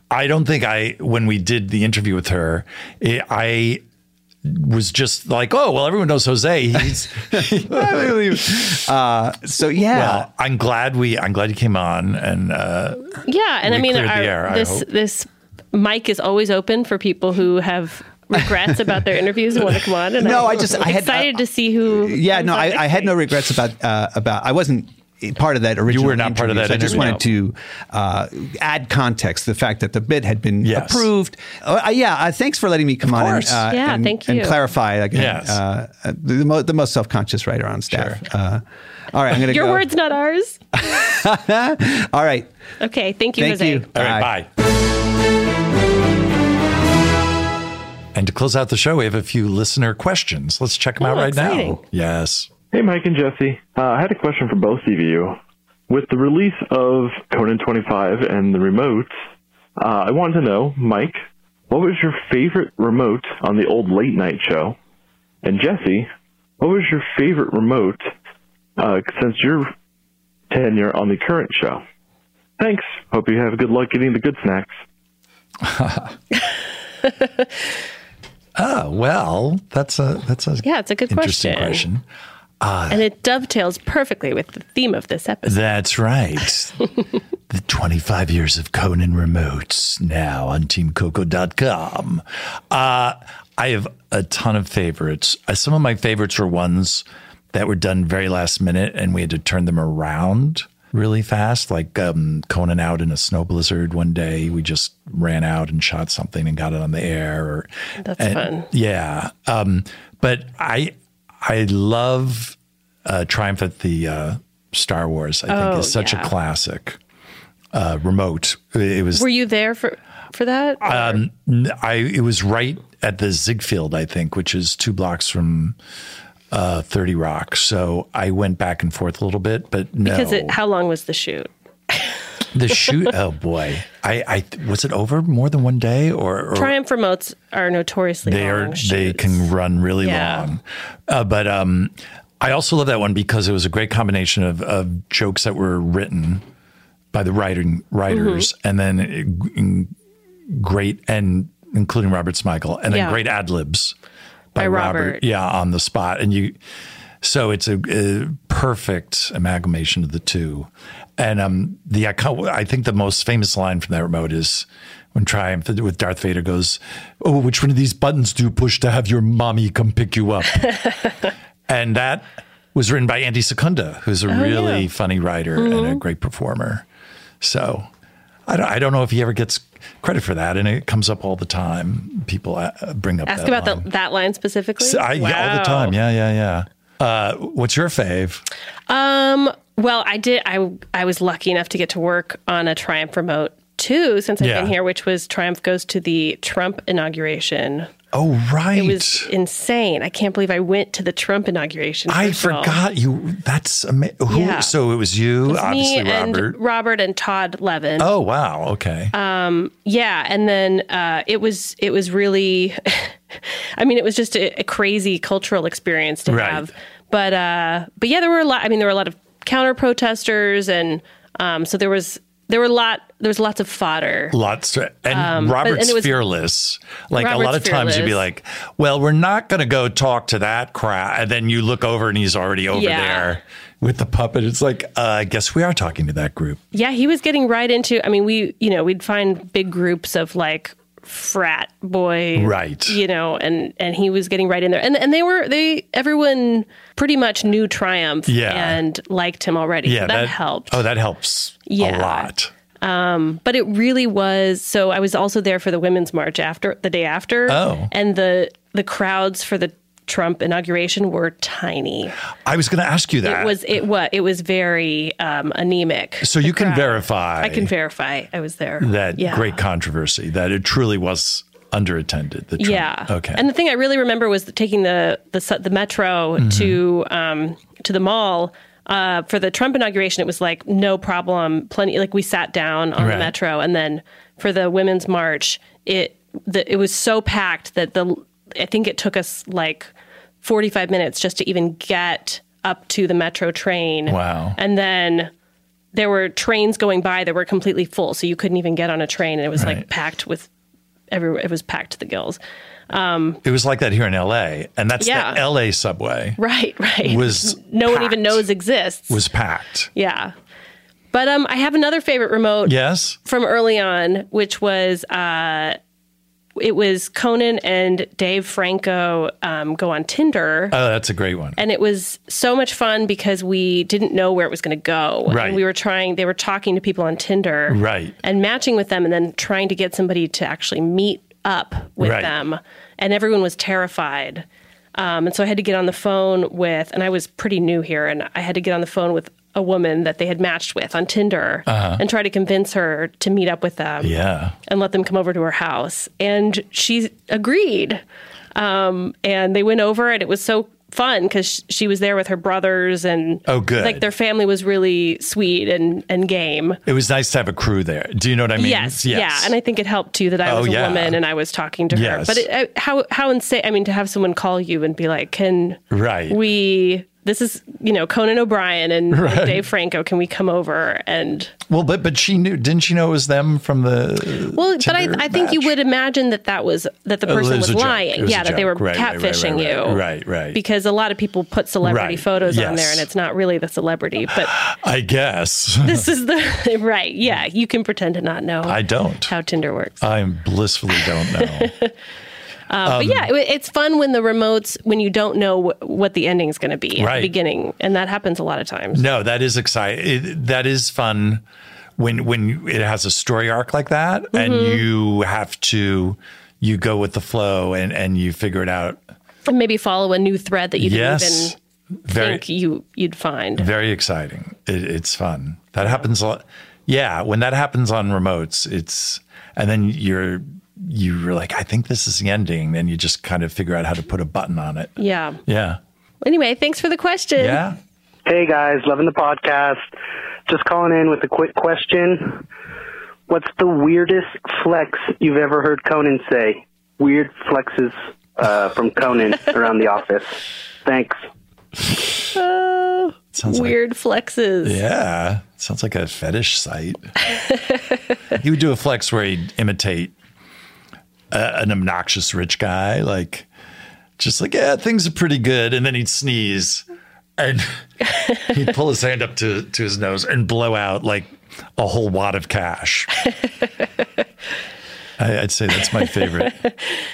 Speaker 1: I don't think I when we did the interview with her, eh, I was just like, oh, well, everyone knows Jose. He's,
Speaker 4: [LAUGHS]
Speaker 1: [LAUGHS]
Speaker 4: uh, so yeah,
Speaker 1: well, I'm glad we, I'm glad he came on. And uh,
Speaker 2: Yeah, and
Speaker 1: We
Speaker 2: I mean,
Speaker 1: cleared the
Speaker 2: our,
Speaker 1: air, I
Speaker 2: this
Speaker 1: hope.
Speaker 2: this mic is always open for people who have regrets about their interviews and want to come on.
Speaker 4: [LAUGHS]
Speaker 2: And
Speaker 4: No,
Speaker 2: I'm
Speaker 4: I just- I had-
Speaker 2: excited
Speaker 4: I-
Speaker 2: to see who.
Speaker 4: yeah.
Speaker 2: comes
Speaker 4: No,
Speaker 2: on
Speaker 4: I, I
Speaker 2: next
Speaker 4: had no
Speaker 2: week.
Speaker 4: regrets about uh, about. I wasn't part of that original.
Speaker 1: were not part of
Speaker 4: interview,
Speaker 1: that
Speaker 4: so I just
Speaker 1: interview.
Speaker 4: wanted to uh, add context: the fact that the bid had been
Speaker 1: Yes.
Speaker 4: approved. Oh, uh, yeah, uh, thanks for letting me come on and,
Speaker 1: course.
Speaker 4: uh,
Speaker 2: Yeah,
Speaker 4: and,
Speaker 2: thank
Speaker 4: and
Speaker 2: you.
Speaker 4: clarify again.
Speaker 1: Yes.
Speaker 4: Uh, the, mo- the most self-conscious writer on staff. Uh, all right, I'm gonna
Speaker 2: Your
Speaker 4: go.
Speaker 2: words, not ours.
Speaker 4: [LAUGHS] All right,
Speaker 2: Okay, thank you,
Speaker 4: thank
Speaker 2: Jose.
Speaker 4: you.
Speaker 1: all right, bye. And to close out the show, we have a few listener questions. Let's check them
Speaker 2: Oh,
Speaker 1: out right
Speaker 2: exciting.
Speaker 1: now. Yes.
Speaker 5: Hey, Mike and Jesse. Uh, I had a question for both of you. With the release of Conan 25 and the remotes, uh, I wanted to know, Mike, what was your favorite remote on the old late night show? And Jesse, what was your favorite remote uh, since your tenure on the current show? Thanks. Hope you have good luck getting the good snacks.
Speaker 1: Oh, well, that's a, that's a,
Speaker 2: Yeah, it's a good
Speaker 1: interesting
Speaker 2: question.
Speaker 1: question.
Speaker 2: And it dovetails perfectly with the theme of this episode.
Speaker 1: That's right. the 25 years of Conan remotes now on teamcoco.com. Uh, I have a ton of favorites. Uh, some of my favorites were ones that were done very last minute and we had to turn them around really fast, like um, Conan out in a snow blizzard one day. We just ran out and shot something and got it on the air. Or,
Speaker 2: That's
Speaker 1: and-
Speaker 2: fun.
Speaker 1: Yeah. Um, but I, I love uh, Triumph at the uh, Star Wars, I think,
Speaker 2: Oh,
Speaker 1: is such
Speaker 2: yeah.
Speaker 1: a classic. Uh, remote. It was.
Speaker 2: Were you there for for that?
Speaker 1: um, I. It was right at the Ziegfeld, I think, which is two blocks from uh, Thirty Rock. So I went back and forth a little bit, but no.
Speaker 2: because it, how long was the shoot?
Speaker 1: the shoot. Oh boy, I, I was it over more than one day or, or
Speaker 2: Triumph remotes are notoriously
Speaker 1: they
Speaker 2: long
Speaker 1: are they
Speaker 2: shoots.
Speaker 1: can run really
Speaker 2: Yeah.
Speaker 1: long uh, but um i also love that one because it was a great combination of, of jokes that were written by the writing writers
Speaker 2: Mm-hmm.
Speaker 1: and then uh, g- in- great and including robert Smigel, and then
Speaker 2: Yeah.
Speaker 1: great ad libs by,
Speaker 2: By
Speaker 1: robert.
Speaker 2: Robert.
Speaker 1: yeah on the spot and you so it's a, a perfect amalgamation of the two and um the icon- i think the most famous line from that remote is when Triumph with Darth Vader goes, "Oh, which one of these buttons do you push to have your mommy come pick you
Speaker 2: [LAUGHS]
Speaker 1: up?" and that was written by Andy Secunda,
Speaker 2: Oh,
Speaker 1: who's a really funny writer
Speaker 2: Mm-hmm.
Speaker 1: and a great performer. So I don't, I don't know if he ever gets credit for that, and it comes up all the time. People uh, bring up
Speaker 2: ask
Speaker 1: that
Speaker 2: about
Speaker 1: line.
Speaker 2: the, that line specifically.
Speaker 1: So I- yeah, all the
Speaker 2: Wow.
Speaker 1: time. Yeah, yeah, yeah. Uh, what's your fave?
Speaker 2: Um. Well, I did. I I was lucky enough to get to work on a Triumph remote too, since I've
Speaker 1: Yeah.
Speaker 2: been here, which was Triumph goes to the Trump inauguration.
Speaker 1: Oh, right.
Speaker 2: It was insane. I can't believe I went to the Trump inauguration.
Speaker 1: I
Speaker 2: first of all.
Speaker 1: forgot you. That's amazing.
Speaker 2: Yeah.
Speaker 1: So it was you,
Speaker 2: It was me
Speaker 1: obviously,
Speaker 2: and um,
Speaker 1: Robert.
Speaker 2: Robert and Todd Levin.
Speaker 1: Oh wow! Okay,
Speaker 2: Yeah, and then uh, it was it was really, [LAUGHS] I mean, it was just a, a crazy cultural experience to
Speaker 1: Right.
Speaker 2: have. But uh, but yeah, there were a lot. I mean, there were a lot of counter protesters, and um, so there was there were a lot there was lots of fodder.
Speaker 1: lots to, and Robert's
Speaker 2: um, and it was-
Speaker 1: fearless. Like a
Speaker 2: Robert's
Speaker 1: lot of times, you'd be
Speaker 2: fearless.
Speaker 1: like, "Well, we're not going to go talk to that crowd," and then you look over and he's already over
Speaker 2: Yeah.
Speaker 1: there with the puppet. It's like, uh, I guess we are talking to that group.
Speaker 2: Yeah, he was getting right into. I mean, we you know we'd find big groups of like frat boy
Speaker 1: Right.
Speaker 2: you know and and he was getting right in there and and they were they everyone pretty much knew triumph
Speaker 1: Yeah.
Speaker 2: and liked him already
Speaker 1: Yeah,
Speaker 2: so that, helped
Speaker 1: Oh, that helps a
Speaker 2: Yeah.
Speaker 1: lot.
Speaker 2: but it really was so i was also there for the women's march after the day after
Speaker 1: Oh.
Speaker 2: and the the crowds for the trump inauguration were tiny
Speaker 1: I was going to ask you that.
Speaker 2: it was it was it was very um anemic
Speaker 1: so you can verify.
Speaker 2: i can verify i was there
Speaker 1: that
Speaker 2: Yeah.
Speaker 1: great controversy that it truly was underattended. The Trump.
Speaker 2: yeah
Speaker 1: Okay.
Speaker 2: and the thing i really remember was taking the the su- the metro
Speaker 1: Mm-hmm.
Speaker 2: to um to the mall uh, for the Trump inauguration, it was like no problem. Plenty, like we sat down on
Speaker 1: Right.
Speaker 2: the metro, and then for the women's march, it the, it was so packed that the I think it took us like forty five minutes just to even get up to the metro train.
Speaker 1: Wow.
Speaker 2: And then there were trains going by that were completely full, so you couldn't even get on a train, and it was
Speaker 1: Right.
Speaker 2: like packed with every it was packed to the gills.
Speaker 1: It was like that here in LA, and that's
Speaker 2: Yeah.
Speaker 1: the LA subway
Speaker 2: Right, right.
Speaker 1: was
Speaker 2: no one even
Speaker 1: packed.
Speaker 2: knows exists.
Speaker 1: was packed.
Speaker 2: yeah. But um, I have another favorite remote
Speaker 1: Yes.
Speaker 2: from early on, which was uh, it was Conan and Dave Franco um, go on Tinder.
Speaker 1: Oh, that's a great one.
Speaker 2: and it was so much fun because we didn't know where it was going to go.
Speaker 1: Right.
Speaker 2: And we were trying, they were talking to people on Tinder.
Speaker 1: Right.
Speaker 2: And matching with them and then trying to get somebody to actually meet up with
Speaker 1: Right.
Speaker 2: them. And everyone was terrified. Um, and so I had to get on the phone with, and I was pretty new here, and I had to get on the phone with a woman that they had matched with on Tinder and try to convince her to meet up with them
Speaker 1: Uh-huh. yeah.
Speaker 2: and let them come over to her house. And she agreed. Um, and they went over, and it was so fun because she was there with her brothers, and
Speaker 1: Oh, good.
Speaker 2: like their family was really sweet and and game.
Speaker 1: It was nice to have a crew there. Do you know what I mean?
Speaker 2: yes, yeah, and I think it helped too that I
Speaker 1: Oh,
Speaker 2: was a
Speaker 1: yeah.
Speaker 2: woman and I was talking to her.
Speaker 1: Yes.
Speaker 2: But it, I, how how insane! I mean, to have someone call you and be like, "Can
Speaker 1: Right.
Speaker 2: we?" This is you know Conan
Speaker 1: [LAUGHS]
Speaker 2: O'Brien and Dave Franco. Can we come over and
Speaker 1: well, but but she knew, didn't she know it was them from the?
Speaker 2: Well,
Speaker 1: Tinder
Speaker 2: but I, I think you
Speaker 1: match?
Speaker 2: would imagine that that was that the
Speaker 1: Oh, it
Speaker 2: person was,
Speaker 1: a joke. It
Speaker 2: lying.
Speaker 1: was
Speaker 2: Yeah,
Speaker 1: a
Speaker 2: that they were
Speaker 1: joke. Right, right, right,
Speaker 2: catfishing
Speaker 1: right,
Speaker 2: you.
Speaker 1: Right, right.
Speaker 2: Because a lot of people put celebrity
Speaker 1: Right,
Speaker 2: photos on there,
Speaker 1: yes.
Speaker 2: and it's not really the celebrity. But
Speaker 1: I guess
Speaker 2: this is the [LAUGHS] right. Yeah, you can pretend to not know.
Speaker 1: I don't.
Speaker 2: how Tinder works.
Speaker 1: I blissfully don't know.
Speaker 2: but yeah, it, it's fun when the remotes when you don't know wh- what the ending's going to be at
Speaker 1: Right.
Speaker 2: the beginning, and that happens a lot of times.
Speaker 1: No, that is exciting. That is fun when when it has a story arc like that, and
Speaker 2: Mm-hmm.
Speaker 1: you have to you go with the flow and and you figure it out.
Speaker 2: And maybe follow a new thread that you didn't
Speaker 1: yes,
Speaker 2: even
Speaker 1: very
Speaker 2: think you you'd find.
Speaker 1: very exciting. It, it's fun. That happens a lot. Yeah, when that happens on remotes, it's and then you're you're like, I think this is the ending, and you just kind of figure out how to put a button on it.
Speaker 2: Yeah.
Speaker 1: Yeah,
Speaker 2: Anyway, thanks for the question.
Speaker 1: yeah.
Speaker 6: Hey guys, loving the podcast. Just calling in with a quick question. What's the weirdest flex you've ever heard Conan say? Weird flexes uh, from Conan around the office. Thanks.
Speaker 1: Sounds like-
Speaker 2: Weird flexes.
Speaker 1: Yeah, sounds like a fetish site. he would do a flex where he'd imitate a, an obnoxious rich guy, like just like yeah, things are pretty good, and then he'd sneeze and [LAUGHS] he'd pull his hand up to to his nose and blow out like a whole wad of cash. I, I'd say that's my favorite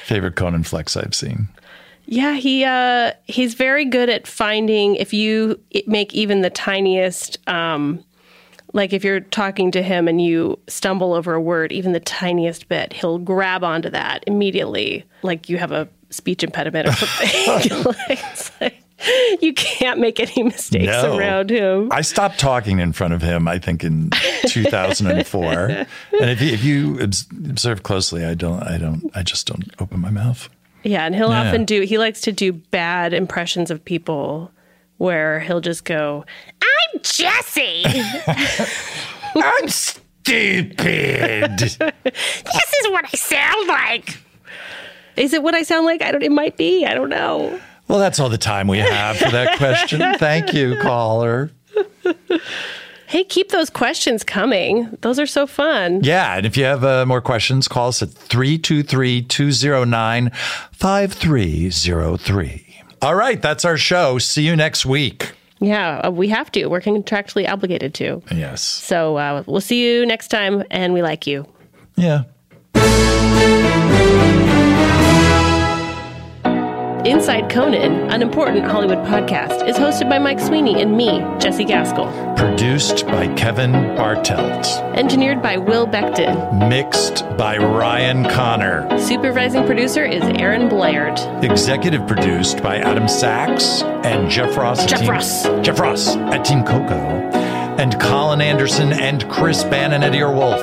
Speaker 1: favorite Conan flex I've seen.
Speaker 2: Yeah, he uh, he's very good at finding if you i- make even the tiniest, um, like if you're talking to him and you stumble over a word, even the tiniest bit, he'll grab onto that immediately, like you have a speech impediment
Speaker 1: [LAUGHS]
Speaker 2: or something. [LAUGHS] Like, it's like, you can't make any mistakes
Speaker 1: No.
Speaker 2: around him.
Speaker 1: I stopped talking in front of him, I think, in 2004. and if you, if you obs- observe closely, I don't, I don't, I just don't open my mouth.
Speaker 2: Yeah, and he'll
Speaker 1: Yeah.
Speaker 2: often do. He likes to do bad impressions of people, where he'll just go, "I'm Jesse. this
Speaker 1: I'm stupid.
Speaker 2: is what I sound like." Is it what I sound like? I don't. It might be. I don't know.
Speaker 1: well, that's all the time we have for that question. Thank you, caller.
Speaker 2: Hey, keep those questions coming. Those are so fun.
Speaker 1: Yeah. And if you have uh, more questions, call us at 323 209 5303. All right. That's our show. See you next week.
Speaker 2: Yeah, uh, we have to. We're contractually obligated to.
Speaker 1: Yes.
Speaker 2: So uh, we'll see you next time, and we like you.
Speaker 1: Yeah.
Speaker 2: Inside Conan, an important Hollywood podcast, is hosted by Mike Sweeney and me, Jesse Gaskell.
Speaker 1: Produced by Kevin Bartelt.
Speaker 2: Engineered by Will Beckton.
Speaker 1: Mixed by Ryan Connor.
Speaker 2: Supervising producer is Aaron Blaird.
Speaker 1: Executive produced by Adam Sachs and Jeff Ross. at
Speaker 2: Jeff
Speaker 1: Team-
Speaker 2: Ross.
Speaker 1: Jeff Ross at Team Coco. And Colin Anderson and Chris Bannon at Earwolf.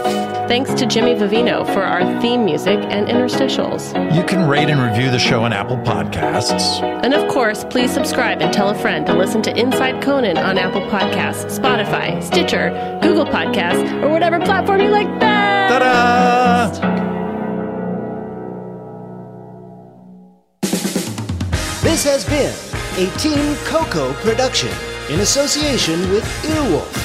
Speaker 2: Thanks to Jimmy Vivino for our theme music and interstitials.
Speaker 1: You can rate and review the show on Apple Podcasts.
Speaker 2: And of course, please subscribe and tell a friend to listen to Inside Conan on Apple Podcasts, Spotify, Stitcher, Google Podcasts, or whatever platform you like best.
Speaker 1: Ta-da!
Speaker 7: This has been a Team Coco production in association with Earwolf.